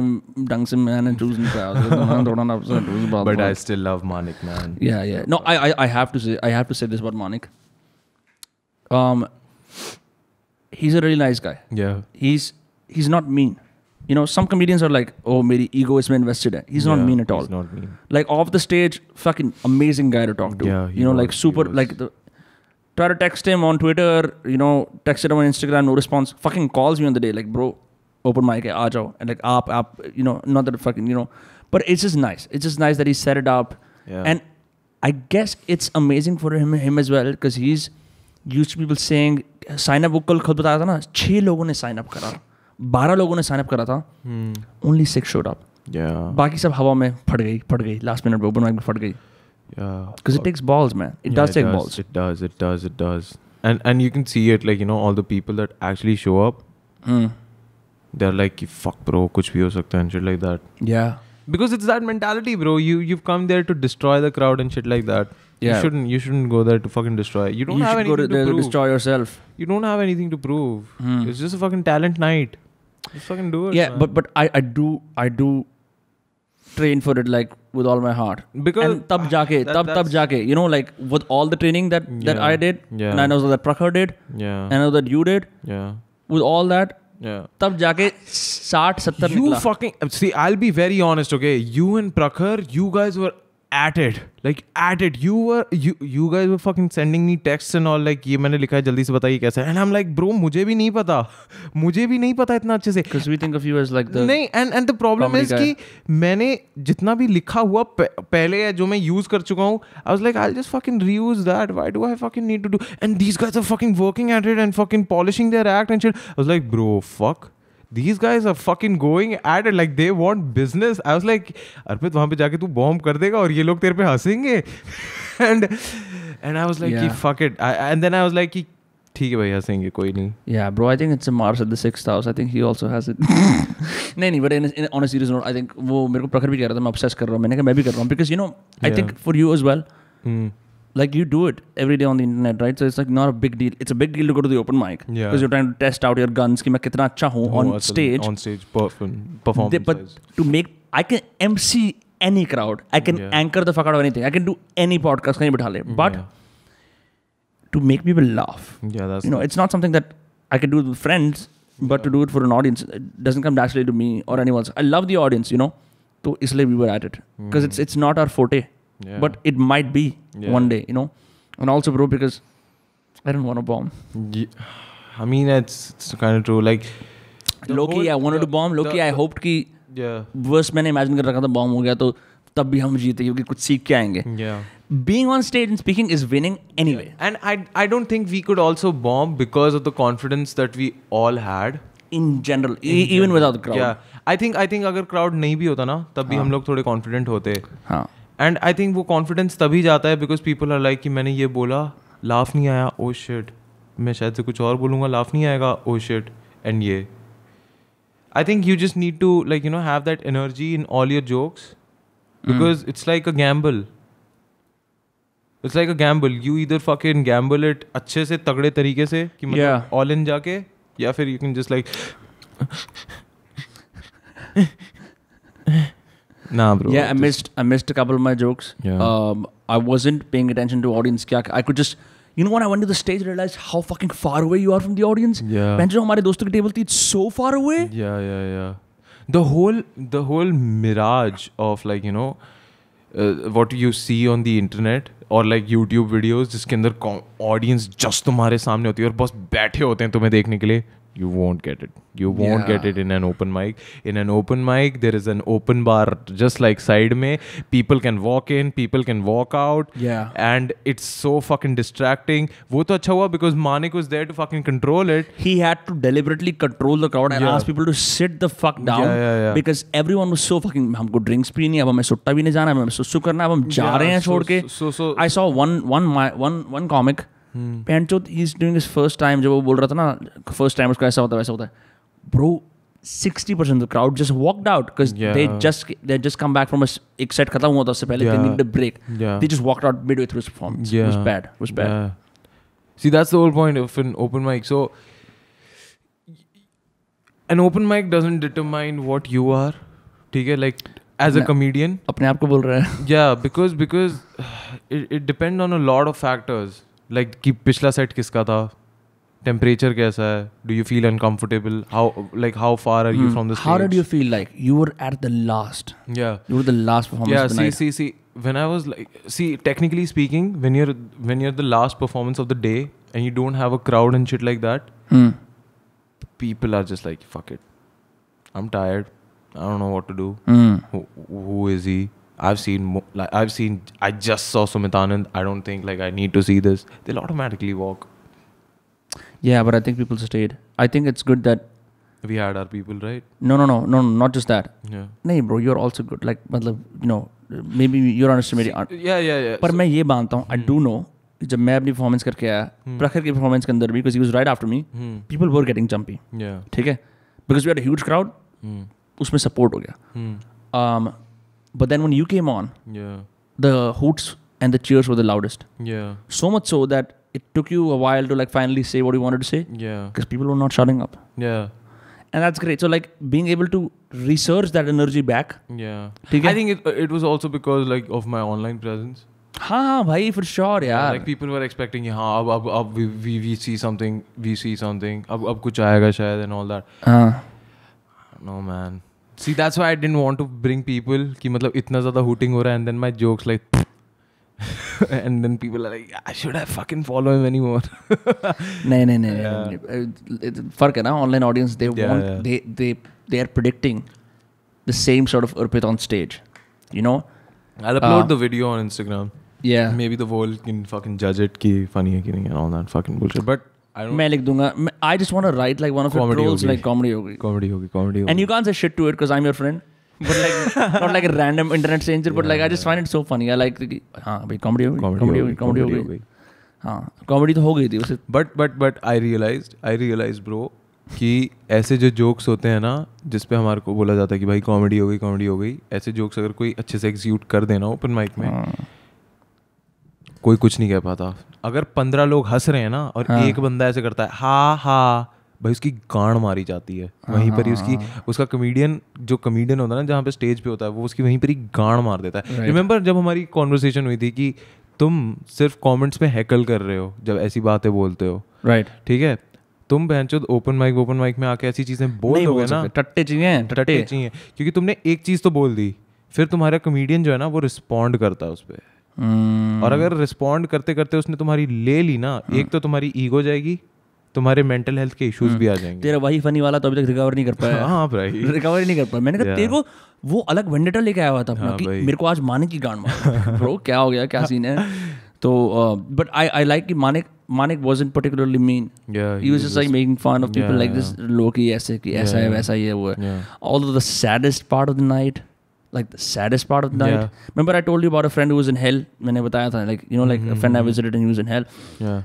ढंग से मैंने चूज नहीं पाया उसके दिमाग थोड़ा ना choose
But I still love Manik man.
Yeah, yeah. No, I, I, I have to say, I have to say this about Manik. Um, he's a really nice guy.
Yeah.
He's he's not mean. You know, some comedians are like, oh, my ego is invested. In. He's not
Yeah,
mean at all.
He's not mean.
Like off the stage, fucking amazing guy to talk to.
Yeah, he
you know, like
was, he
super.
was.
Like the, try to text him on Twitter. You know, text him on Instagram, no response. Fucking calls me on the day, like, bro, open mic, hai, aa jao. And like, up, up. You know, not that fucking, you know, but it's just nice. It's just nice that he set it up
Yeah.
and I guess it's amazing for him him as well because he's used to people saying sign up वो कल खुद बताया था ना छह लोगों ने sign up करा बारह लोगों ने साइन अप करा था
Hmm.
Only six showed up
Yeah.
बाकी सब हवा में फट गई फट गई लास्ट मिनट ओपन माइक में फट गई
Yeah.
Because it takes balls man it does take balls
Oh. It does. It does. It does. And and you can see it like you know all the people that actually show up.
Hmm.
They're like "Ki fuck bro, kuch bhi ho sakta hai," and shit like that.
या
Because it's that mentality, bro. You you've come there to destroy the crowd and shit like that.
Yeah.
You shouldn't you shouldn't go there to fucking destroy. You don't have anything to, prove.
destroy yourself
You don't have anything to prove.
Hmm.
It's just a fucking talent night. Just fucking do it.
yeah
man.
but but I I do I do train for it like with all my heart
because
and tab jaake
that-
tab tab
that's-
jaake you know like with all the training that that
Yeah.
I did
Yeah.
and I know that Prakhar did and
yeah
I know that you did
yeah
with all that
yeah.
तब जाके साठ सत्तर
You
निकला
fucking see. I'll be very honest, okay. You and Prakhar, you guys were at it, like at it. You were you you guys were fucking sending me texts and all like ये मैंने लिखा है जल्दी से बताइए कैसा है. And I'm like, bro, मुझे भी नहीं पता, मुझे भी नहीं पता इतना अच्छे से.
because we think of you as like the
नहीं and and the problem
comedy
is कि मैंने जितना भी लिखा हुआ प- पहले है जो मैं यूज कर चुका हूँ I was like I just fucking reuse that why do I fucking need to do and these guys are fucking working at it and fucking polishing their act and shit I was like bro fuck These guys are fucking going at it like they want business. I was like, Arpit वहां पे जाके तू bomb कर देगा और ये लोग तेरे पे हंसेंगे and and I was like, कि
Yeah.
fuck it. I, and then I was like, कि ठीक है भाई हंसेंगे कोई नहीं.
yeah bro I think it's a Mars at the sixth house I think he also has it नहीं नहीं but in, in, on a serious note I think वो मेरे को प्रखर भी कह रहा था मैं obsessed कर रहा हूँ मैंने कहा मैं भी कर रहा हूँ because you know I
Yeah.
think for you as well
Hmm.
like you do it every day on the internet right so it's like not a big deal it's a big deal to go to the open mic
Yeah.
because you're trying to test out your guns कि मैं कितना अच्छा हूँ on
What's the-
stage
Hmm. on stage perform,
They-
performance
but
wise.
to make I can MC any crowd I can
Yeah.
anchor the fuck out of anything I can do any podcast कहीं बिठा ले but
yeah.
to make people laugh
yeah that's
you know it's not something that i can do with friends but to do it for an audience it doesn't come naturally to me or anyone else i love the audience you know so isliye we were at it because it's it's not our forte
Hmm. yeah.
but it might be
Yeah.
one day you know and also bro because i don't want to bomb
Ye- i mean it's, it's kind of true like the
loki
whole-
i wanted
the-
to bomb loki
the-
i hoped ki
yeah
worst मैंने imagine कर रखा था bomb हो गया तो तब भी हम जीते क्योंकि कुछ सीख के आएंगे
yeah
being on stage and speaking is winning anyway
and i i don't think we could also bomb because of the confidence that we all had
in general even without crowd
yeah i think i think अगर crowd नहीं भी होता ना तब भी
हाँ।
हम लोग थोड़े confident होते
हां
एंड आई थिंक वो कॉन्फिडेंस तभी जाता है बिकॉज पीपल आर लाइक कि मैंने ये बोला लाफ नहीं आया ओ शिट मैं शायद से कुछ और बोलूंगा लाफ नहीं आएगा ओ शिट एंड ये I think you just need to like you know have that energy in all your jokes
Hmm.
Because it's like a gamble it's like a gamble you either fucking gamble it अच्छे से तगड़े तरीके से कि मतलब
Yeah.
All in जाके या फिर यू कैन जस्ट लाइक ना bro
yeah i missed i missed a couple of my jokes
Yeah.
um i wasn't paying attention to audience kya i could just you know when i went to the stage realized how fucking far away you are from the audience
Yeah.
Imagine हमारे दोस्तों की table थी it's so far away
yeah yeah yeah the whole the whole mirage of like you know uh, what you see on the internet और like YouTube videos जिसके अंदर audience just तुम्हारे सामने होती है और बस बैठे होते हैं तुम्हें देखने के लिए you won't get it you won't get it in an open mic in an open mic there is an open bar just like side में people can walk in people can walk out
Yeah.
And it's so fucking distracting वो तो अच्छा हुआ because Manik was there to fucking control it
he had to deliberately control the crowd and
Yeah.
ask people to sit the fuck down
Yeah, yeah, yeah.
because everyone was so fucking हमको drinks भी नहीं अब हमें सुट्टा भी नहीं जाना अब हमें सुसु करना अब हम जा
Yeah,
रहे हैं
so-
छोड़ के
so- so- so-
I saw one one my one one comic
Hmm.
पैंचोद he is doing his first time जब वो बोल रहा था ना फर्स्ट टाइम उसका ऐसा होता है वैसा होता है bro 60% percent crowd just walked out because they
Yeah.
Just they just come back from एक सेट खत्म हुआ था उससे पहले they
Yeah.
Need a break
Yeah.
They just walked out midway through his performance was bad was bad
Yeah. See, that's the whole point of an open mic. So, an open mic doesn't determine what you are. Okay, like as a
No.
comedian.
अपने आप को बोल रहा है
Yeah, because because it it depends on a lot of factors. Like कि पिछला set किसका था, temperature कैसा है, do you feel uncomfortable, how like Hmm. how far are you from the stage?
Hmm. How did you feel like you were at the last?
Yeah.
You were the last performance
yeah
of the
see
night.
see see when i was like see technically speaking when you're when you're the last performance of the day and you don't have a crowd and shit like that
Hmm.
people are just like fuck it i'm tired i don't know what to do
Hmm.
who, who is he i've seen mo- like i've seen i just saw sumit anand i don't think like i need to see this they'll automatically walk
Yeah, but I think people stayed. I think it's good that
we had our people, right?
No, no, no, no, no, not just that.
Yeah.
नहीं bro, you're also good. Like मतलब you know, maybe you're underestimating. art.
Yeah, yeah, yeah.
पर मैं ये मानता हूँ I do know जब मैं अपनी परफॉर्मेंस करके आया प्रखर की परफॉर्मेंस के अंदर भी because he was right after me
Hmm.
People were getting jumpy
Yeah.
ठीक है because we are huge crowd
Hmm.
उसमें सपोर्ट हो Um,
Hmm.
गया but then when you came on
Yeah.
The hoots and the cheers were the loudest
Yeah.
So much so that it took you a while to like finally say what you wanted to say
Yeah.
Because people were not shooting up
Yeah.
And that's great so like being able to research that energy back
Yeah.
ठीक
I
है?
think it it was also because like of my online presence.
हाँ हाँ भाई for sure यार
Like people were expecting, yeah, ab, ab, ab, we, we, we see something, we see something, ab, ab kuch aayega shayad and all that.
हाँ
No man. See, that's why I didn't want to bring people कि मतलब इतना ज़्यादा hooting हो रहा है and then my jokes like and then people are like, yeah, should I fucking follow him anymore?
नहीं नहीं नहीं, नहीं नहीं, नहीं फर्क है ना online audience they
Yeah,
want
yeah.
They they they are predicting the same sort of Arpit on stage you know
I'll
Uh.
upload the video on Instagram.
या
Maybe the world can fucking judge it कि funny है कि नहीं and all that fucking bullshit. But I don't.
मैं लिख दूंगा I just want to write like one of your
Comedy
trolls
होगी।
Like comedy होगी
comedy होगी comedy
एंड
होगी.
You can't say shit to it because I am your friend but like not like a random internet stranger but like I just find it so funny I like हां हाँ, भाई comedy होगी comedy होगी comedy होगी हां comedy तो हो गई थी उसे
but but but I realise I realise bro कि ऐसे जो जोक्स होते हैं ना जिस पे हमारे को बोला जाता है कि भाई कॉमेडी हो गई कॉमेडी हो गई ऐसे जोक्स अगर कोई अच्छे से एग्जीक्यूट कर देना ओपन माइक में
हाँ।
कोई कुछ नहीं कह पाता अगर पंद्रह लोग हंस रहे हैं ना और
हाँ।
एक बंदा ऐसे करता है हा हा भाई उसकी गांड मारी जाती है
हाँ,
वहीं पर ही उसकी उसका कमेडियन जो कमेडियन होता है ना जहाँ पे स्टेज पे होता है वो उसकी वहीं पर ही गांड मार देता है
Right.
रिमेंबर जब हमारी कॉन्वर्सेशन हुई थी कि तुम सिर्फ कमेंट्स में हैकल कर रहे हो जब ऐसी बातें बोलते हो
राइट
ठीक है तुम बहनचोद ओपन माइक ओपन माइक में आके ऐसी चीजें बोल
नहीं
दोगे
बोल
ना
सकते टट्टे चाहिए
टट्टे
टट्टे
चाहिए क्योंकि तुमने एक चीज तो बोल दी फिर तुम्हारा कमेडियन जो है ना वो रिस्पॉन्ड करता है उस पर
Hmm.
और अगर रिस्पॉन्ड करते करते उसने तुम्हारी ले ली ना
हम्म।
एक तो तुम्हारी ईगो जाएगी तुम्हारे मेंटल हेल्थ के इश्यूज भी आ जाएंगे
तेरा वही फनी वाला तो अभी तक रिकवर नहीं कर पाया
हाँ भाई
रिकवरी नहीं कर पाया मैंने कहा
Yeah.
तेरे को वो अलग वेंडेटर लेके आया हुआ था अपना
हाँ
कि
भाई।
मेरे को आज माने की गांड मार ब्रो क्या हो गया क्या सीन है तो बट आई आई लाइक कि Manik Manik was in particularly mean
Yeah,
he was just like making fun of people
Yeah,
like this लोग ही ऐसे कि ऐसा है वैसा ही है वो है
Yeah.
Although the saddest part of the night like the saddest part of the night remember I told you about a friend who was in hell मैंने बताया था like you know like a friend I
Mm-hmm.
Visited and he was in hell
Yeah.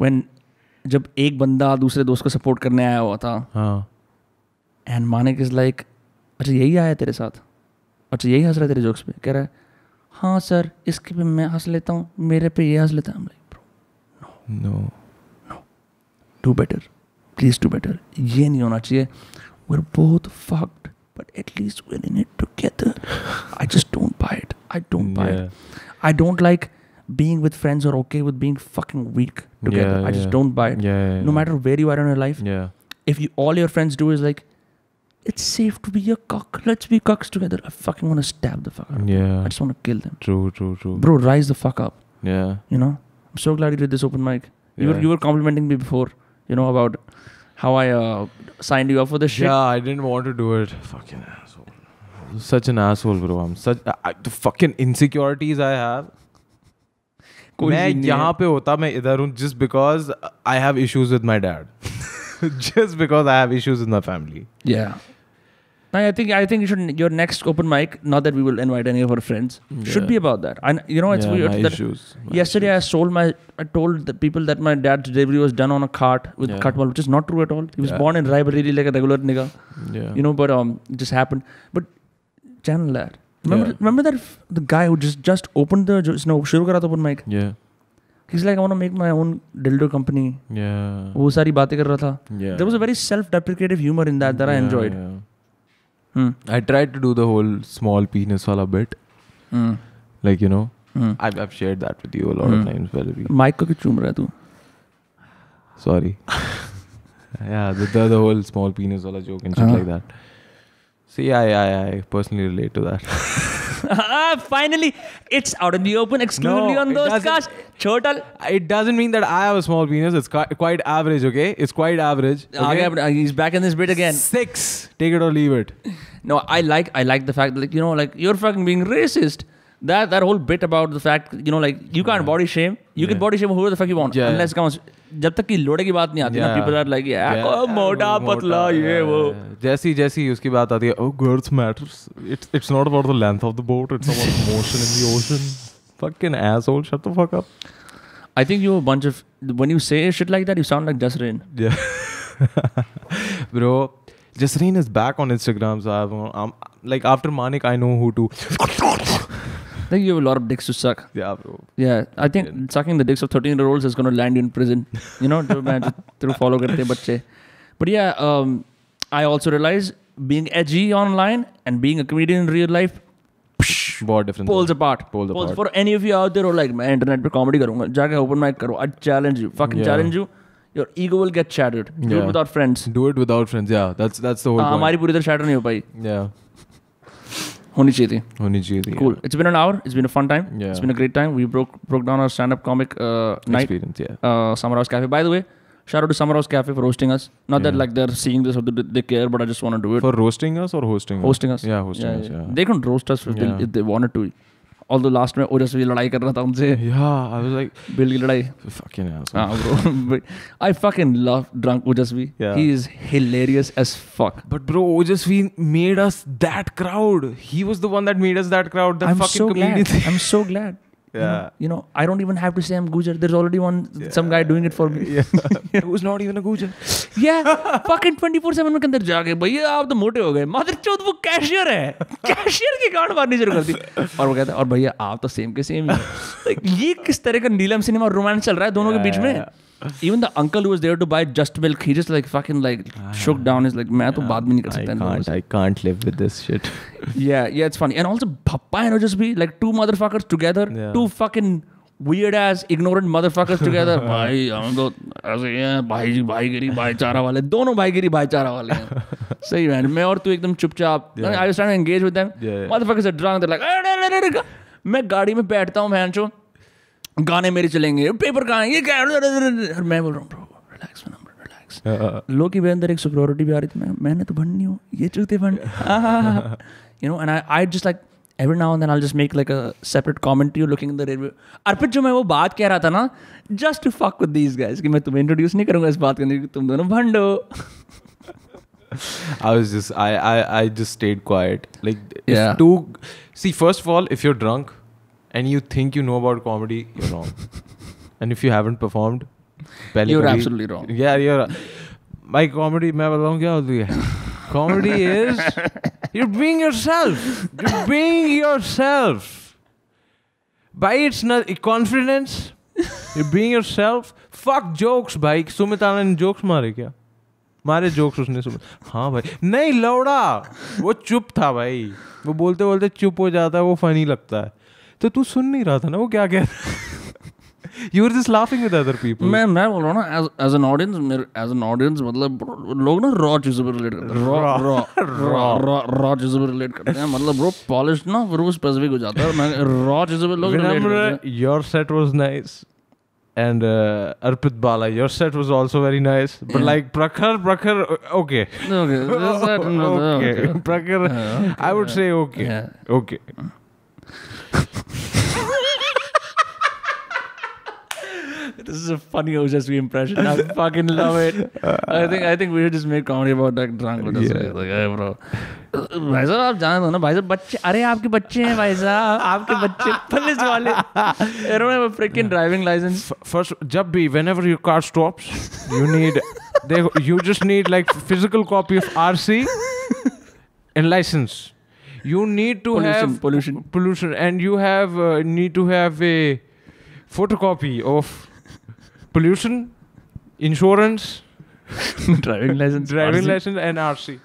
When जब एक बंदा दूसरे दोस्त को support करने आया हुआ था
हाँ
एंड मानिक इज़ लाइक अच्छा यही आया है तेरे साथ अच्छा यही हंस रहा है तेरे जोक्स पे कह रहा है हाँ सर इसके पे मैं हंस लेता हूँ मेरे पे ये हंस लेता है like bro
no
do better please do better ये नहीं होना चाहिए we are both fucked but at least we in it together I just don't buy it I don't buy it I don't like being with friends और okay with being fucking weak together
Yeah,
I just
yeah.
Don't buy it
Yeah.
No matter where you are in your life
Yeah.
if you all your friends do is like, it's safe to be a cock. Let's be cocks together. I fucking want to stab the fuck out of them.
Yeah.
I just want to kill them.
True. True. True.
Bro, rise the fuck up.
Yeah.
You know. I'm so glad you did this open mic. You were
Yeah.
you were complimenting me before. You know about how I uh, signed you up for the shit.
Yeah, I didn't want to do it. Fucking asshole. Such an asshole, bro. I'm such I, I- the fucking insecurities I have.
कोई
मैं
चीज़ नहीं है।
यहाँ पे होता मैं इधर हूँ just because I have issues with my dad. just because I have issues with my family.
Yeah. No, I think I think you should your next open mic. Not that we will invite any of our friends. Should
Yeah.
be about that. And you know it's
Yeah,
weird
my
that
issues. My
Yesterday, I sold my. I told the people that my dad's delivery was done on a cart with
Yeah.
cut wall, which is not true at all. He was
Yeah.
born in Raebareli like a regular nigga,
issues. Yeah.
you know. But um, it just happened. But channel that. Remember,
Yeah.
remember that f- the guy who just just opened the just no shuru kara tha open mic.
Yeah.
He's like, I want to make my own dildo company.
Yeah.
वो सारी बातें कर रहा था.
Yeah.
There was a very self-deprecative humor in that that I
Yeah,
enjoyed.
yeah.
Hmm.
I tried to do the whole small penis wala bit.
Hmm.
Like, you know,
Hmm.
I've, I've shared that with you a lot
Hmm.
of times, Valerie.
Mic को क्यों चूम रहा है तू?
Sorry. yeah, the, the, the whole small penis wala joke and shit
Uh-huh.
like that. See, I, I, I personally relate to that.
Ah, Finally, it's out in the open exclusively
No,
on
it
those
doesn't-
cast. Chota
it doesn't mean that I have a small penis. It's qui- quite average, okay? It's quite average.
Okay,
okay?
but, uh, he's back in this bit again.
Six. Take it or leave it.
No, I like I like the fact that like you know like you're fucking being racist. that that whole bit about the fact you know like you can't body shame you can
Yeah.
body shame whoever the fuck you want
Yeah,
unless comes जब तक कि लोड़े की बात नहीं आती ना
Yeah.
people are like yeah,
Yeah,
oh,
वो
मोटा पतला ये
yeah,
वो
yeah. जैसी जैसी उसकी बात आती है oh girth matters it's it's not about the length of the boat it's about motion in the ocean fucking asshole shut the fuck up
I think you a bunch of when you say shit like that you sound like just rain
yeah bro Jasreen is back on Instagram so I'm, I'm like after Manik I know who to
like you have a lot of dicks to suck
yeah bro
Yeah, I think sucking the dicks of 13 year olds is going to land you in prison. You know, जो मैं जो through follow करते हैं बच्चे. But yeah, um, I also realize being edgy online and being a comedian in real life
बहुत difference है.
poles apart.
Poles apart.
for any of you out there who are like मैं internet पे comedy करूँगा जाके open mic करो I challenge you fucking
Yeah.
challenge you your ego will get shattered do it
Yeah.
without friends
do it without friends yeah that's that's the whole
हाँ,
point
हमारी पूरी तरह shatter नहीं हो पाई
yeah
होनी चाहिए थी
होनी चाहिए थी
cool it's been an hour it's been a fun time
Yeah.
it's been a great time we broke broke down our stand up comic uh, night
experience yeah
uh, Summer House Cafe. By the way, shout out to Summer House Cafe for hosting us. Not that
Yeah.
like they're seeing this or they, they care, but I just want to do it.
for roasting us or hosting
hosting us.
yeah hosting us yeah
They couldn't roast us if,
Yeah.
they, if they wanted to. Although last में ओजस्वी लड़ाई कर रहा था उनसे
Yeah, I was like,
bill की लड़ाई
fucking asshole.
हाँ Ah, bro I fucking love drunk ओजस्वी
Yeah.
he is hilarious as fuck
But bro, Ojasvi made us that crowd. He was the one that made us that crowd. That
I'm
fucking
so
comedian
glad
thing.
I'm so glad You know-
Yeah.
you know I don't even have to say I'm Gujar there's already one some guy doing it for me
It was not even a Gujar.
yeah fucking 24 7 के अंदर जाके भैया आप तो मोटे हो गए मदर चौथ वो कैशियर है कैशियर की गांड मारनी शुरू कर दी और वो कहता है और भैया आप तो सेम के सेम लाइक तो ये किस तरह का नीलम सिनेमा रोमांस चल रहा है दोनों के बीच में even the uncle who was there to buy just milk he just like fucking like shook down is like मैं तो बात भी नहीं कर सकता इन लोगों से
I can't live with this shit.
yeah yeah it's funny and also Bappa and just be like two motherfuckers together
Yeah.
two fucking weird ass ignorant motherfuckers together भाई हम तो ऐसे ही हैं भाई भाईगिरी भाईचारा वाले दोनों भाईगिरी भाईचारा वाले हैं सही मैन मैं और तू एकदम चुपचाप I was trying to engage with them
Yeah, yeah.
motherfuckers are drunk they're like "अरे, अरे, अरे, अरे." मैं गाड़ी में बैठता हूँ मैं गाने मेरे चलेंगे पेपर कहाँ है? ये क्या है?" अरे, अरे, अरे, अरे। और मैं बोल रहा हूँ ब्रो रिलैक्स रिलैक्स लोग की भी अंदर एक सुप्रोरिटी भी आ रही थी मैं मैंने तो भंड नहीं हूँ ये चूते भंड you know and I I just like every now and I just make like a separate comment you looking in the railway Arpit जो मैं वो बात कह रहा था ना just to fuck with these guys कि मैं तुम्हें इंट्रोड्यूस नहीं करूंगा इस बात करने की तुम दोनों भंड हो
I was just, I, I, I just stayed quiet. Like,
Yeah.
it's too. See, first of all, if you're drunk and you think you know about comedy, you're wrong. and if you haven't performed, पहले
You're
कभी-
absolutely wrong.
Yeah, you're. My comedy, मैं बताऊँ क्या होती है? Comedy is you're being yourself. You're being yourself. By it's not confidence. You're being yourself. Fuck jokes, भाई. सुमित आनंद jokes मारे क्या? मारे जोक्स उसने सुन हाँ भाई नहीं लौड़ा वो चुप था भाई वो बोलते बोलते चुप हो जाता है वो फनी लगता है तो तू सुन नहीं रहा था ना वो क्या कह रहा you are just laughing with other people
मैं मैं बोल रहा हूँ ना एज एन ऑडियंस मेरे एज एन ऑडियंस मतलब bro, लोग ना रॉ चीज़ों पर रिलेट करते हैं रॉ रॉ रॉ रॉ चीज़ों पर रिलेट करते हैं मतलब ब्रो पॉलिश ना फिर वो स्पेसिफिक हो जाता है मैं रॉ चीज़ों पर लोग relate करते हैं
remember your set was nice and uh, arpit bala your set was also very nice but like prakhar prakhar okay
Okay, that's that. No, no,
okay.
okay.
prakhar
Yeah,
i would say okay
Yeah.
okay
This is a funny Ojasvi impression. I fucking love it. I think I think we should just make comedy about that drunk Ojasvi.
Yeah.
Like, hey bro, भाई साहब आप जान दो ना भाई साहब बच्चे अरे आपके बच्चे हैं भाई साहब आपके बच्चे पुलिस वाले they don't have a freaking driving license.
F- first jab bhi whenever your car stops you need they, you just need like physical copy of rc and license you need to
Pollution,
have
pollution.
pollution and you have uh, need to have a photocopy of pollution insurance
driving license.
driving
RC.
license and rc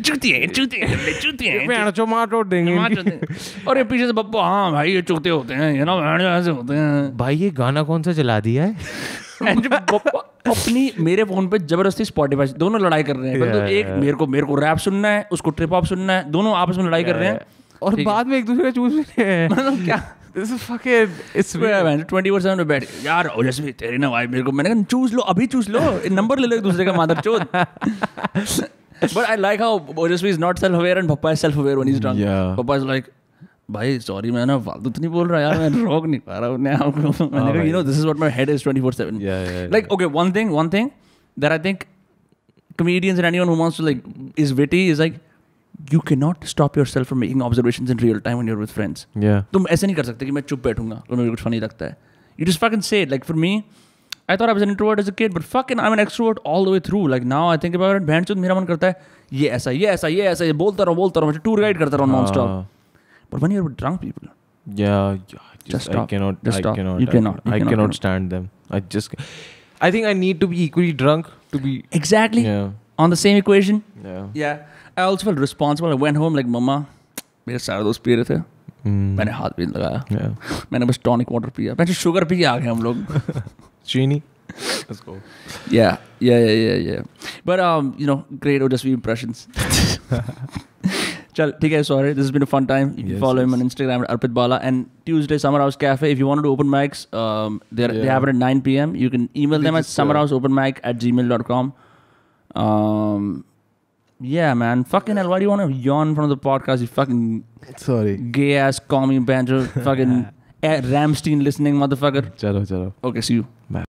Eh, चूतिए हैं चूतिए हैं चूतिए
ये
हैं
भेड़ जो मार तोड़ देंगे
मार
इनकी।
चूतिए हैं। और ये पीछे से पप्पू हाँ भाई ये चूते होते हैं ये ना मैंने ऐसे होते हैं
भाई ये गाना कौन सा चला दिया है
And जब पप्पा अपनी मेरे फोन पे जबरदस्ती स्पॉटिफाई दोनों लड़ाई कर रहे हैं मतलब
Yeah,
एक
yeah.
मेरे को मेरे को रैप सुनना है उसको ट्रिप हॉप सुनना है दोनों आपस में लड़ाई कर रहे हैं
और
ठीक है।
बाद में एक दूसरे का चूस भी रहे हैं
मतलब क्या
this is fucking it's
twenty four seven बैठ यार ओजस्वी तेरी ना भाई मेरे को मैंने कहा चूज लो अभी चूज लो नंबर ले लो एक दूसरे का मादर चोद but I like how Ojaswi is not self aware and papa is self aware when he is drunk
Yeah.
Papa is like भाई सॉरी मैं ना फालतू तो नहीं बोल रहा यार मैं रोक नहीं पा रहा अपने आप को मैंने कहा you know this is what my head is 24/7
हाँ Yeah, yeah, yeah.
like okay one thing one thing that I think comedians and anyone who wants to like is witty is like you cannot stop yourself from making observations in real time when you're with friends
Yeah.
तुम ऐसे नहीं कर सकते कि मैं चुप बैठूंगा और मेरे को कुछ funny लगता है you just fucking say it like for me I thought I was an introvert as a kid but fucking I'm an extrovert all the way through like now I think about it बहन मेरा मन करता है ये ऐसा ये ऐसा ये ऐसा ये बोलता रहो बोलता रहो टूर गाइड करता रहो नॉन
हाँ.
Stop but when you're with drunk people
Uh, Yeah, yeah just,
Just
I
stop.
cannot.
Just
I
stop.
cannot.
You
I,
cannot. You
I
cannot,
cannot,
cannot.
stand them. I just. I think I need to be equally drunk to be.
exactly
Yeah.
on the same equation
Yeah.
Yeah. I also felt responsible. I went home like mama मेरे सारे दोस्त P रहे थे
Mm.
मैंने हाथ भी नहीं लगाया
Yeah.
मैंने बस टॉनिक वाटर पिया मैंने शुगर पी के आ गए हम लोग
Chini. Let's go.
या या या या या बट यू नो ग्रेट और जस्ट वी इम्प्रेशंस चल ठीक है sorry this been a fun time you
Yes,
follow him
yes.
On Instagram Arpit Bala and Tuesday summer house cafe if you want to open mics they they
Yeah.
Have it at 9 PM you can email
They
them at
just, uh,
summerhouseopenmic@gmail.com um yeah man fucking hell why do you want to yawn from the podcast you fucking
Sorry.
gay ass commie banjo fucking eh, Ramstein listening motherfucker
Chalo, chalo.
okay see you
Bye.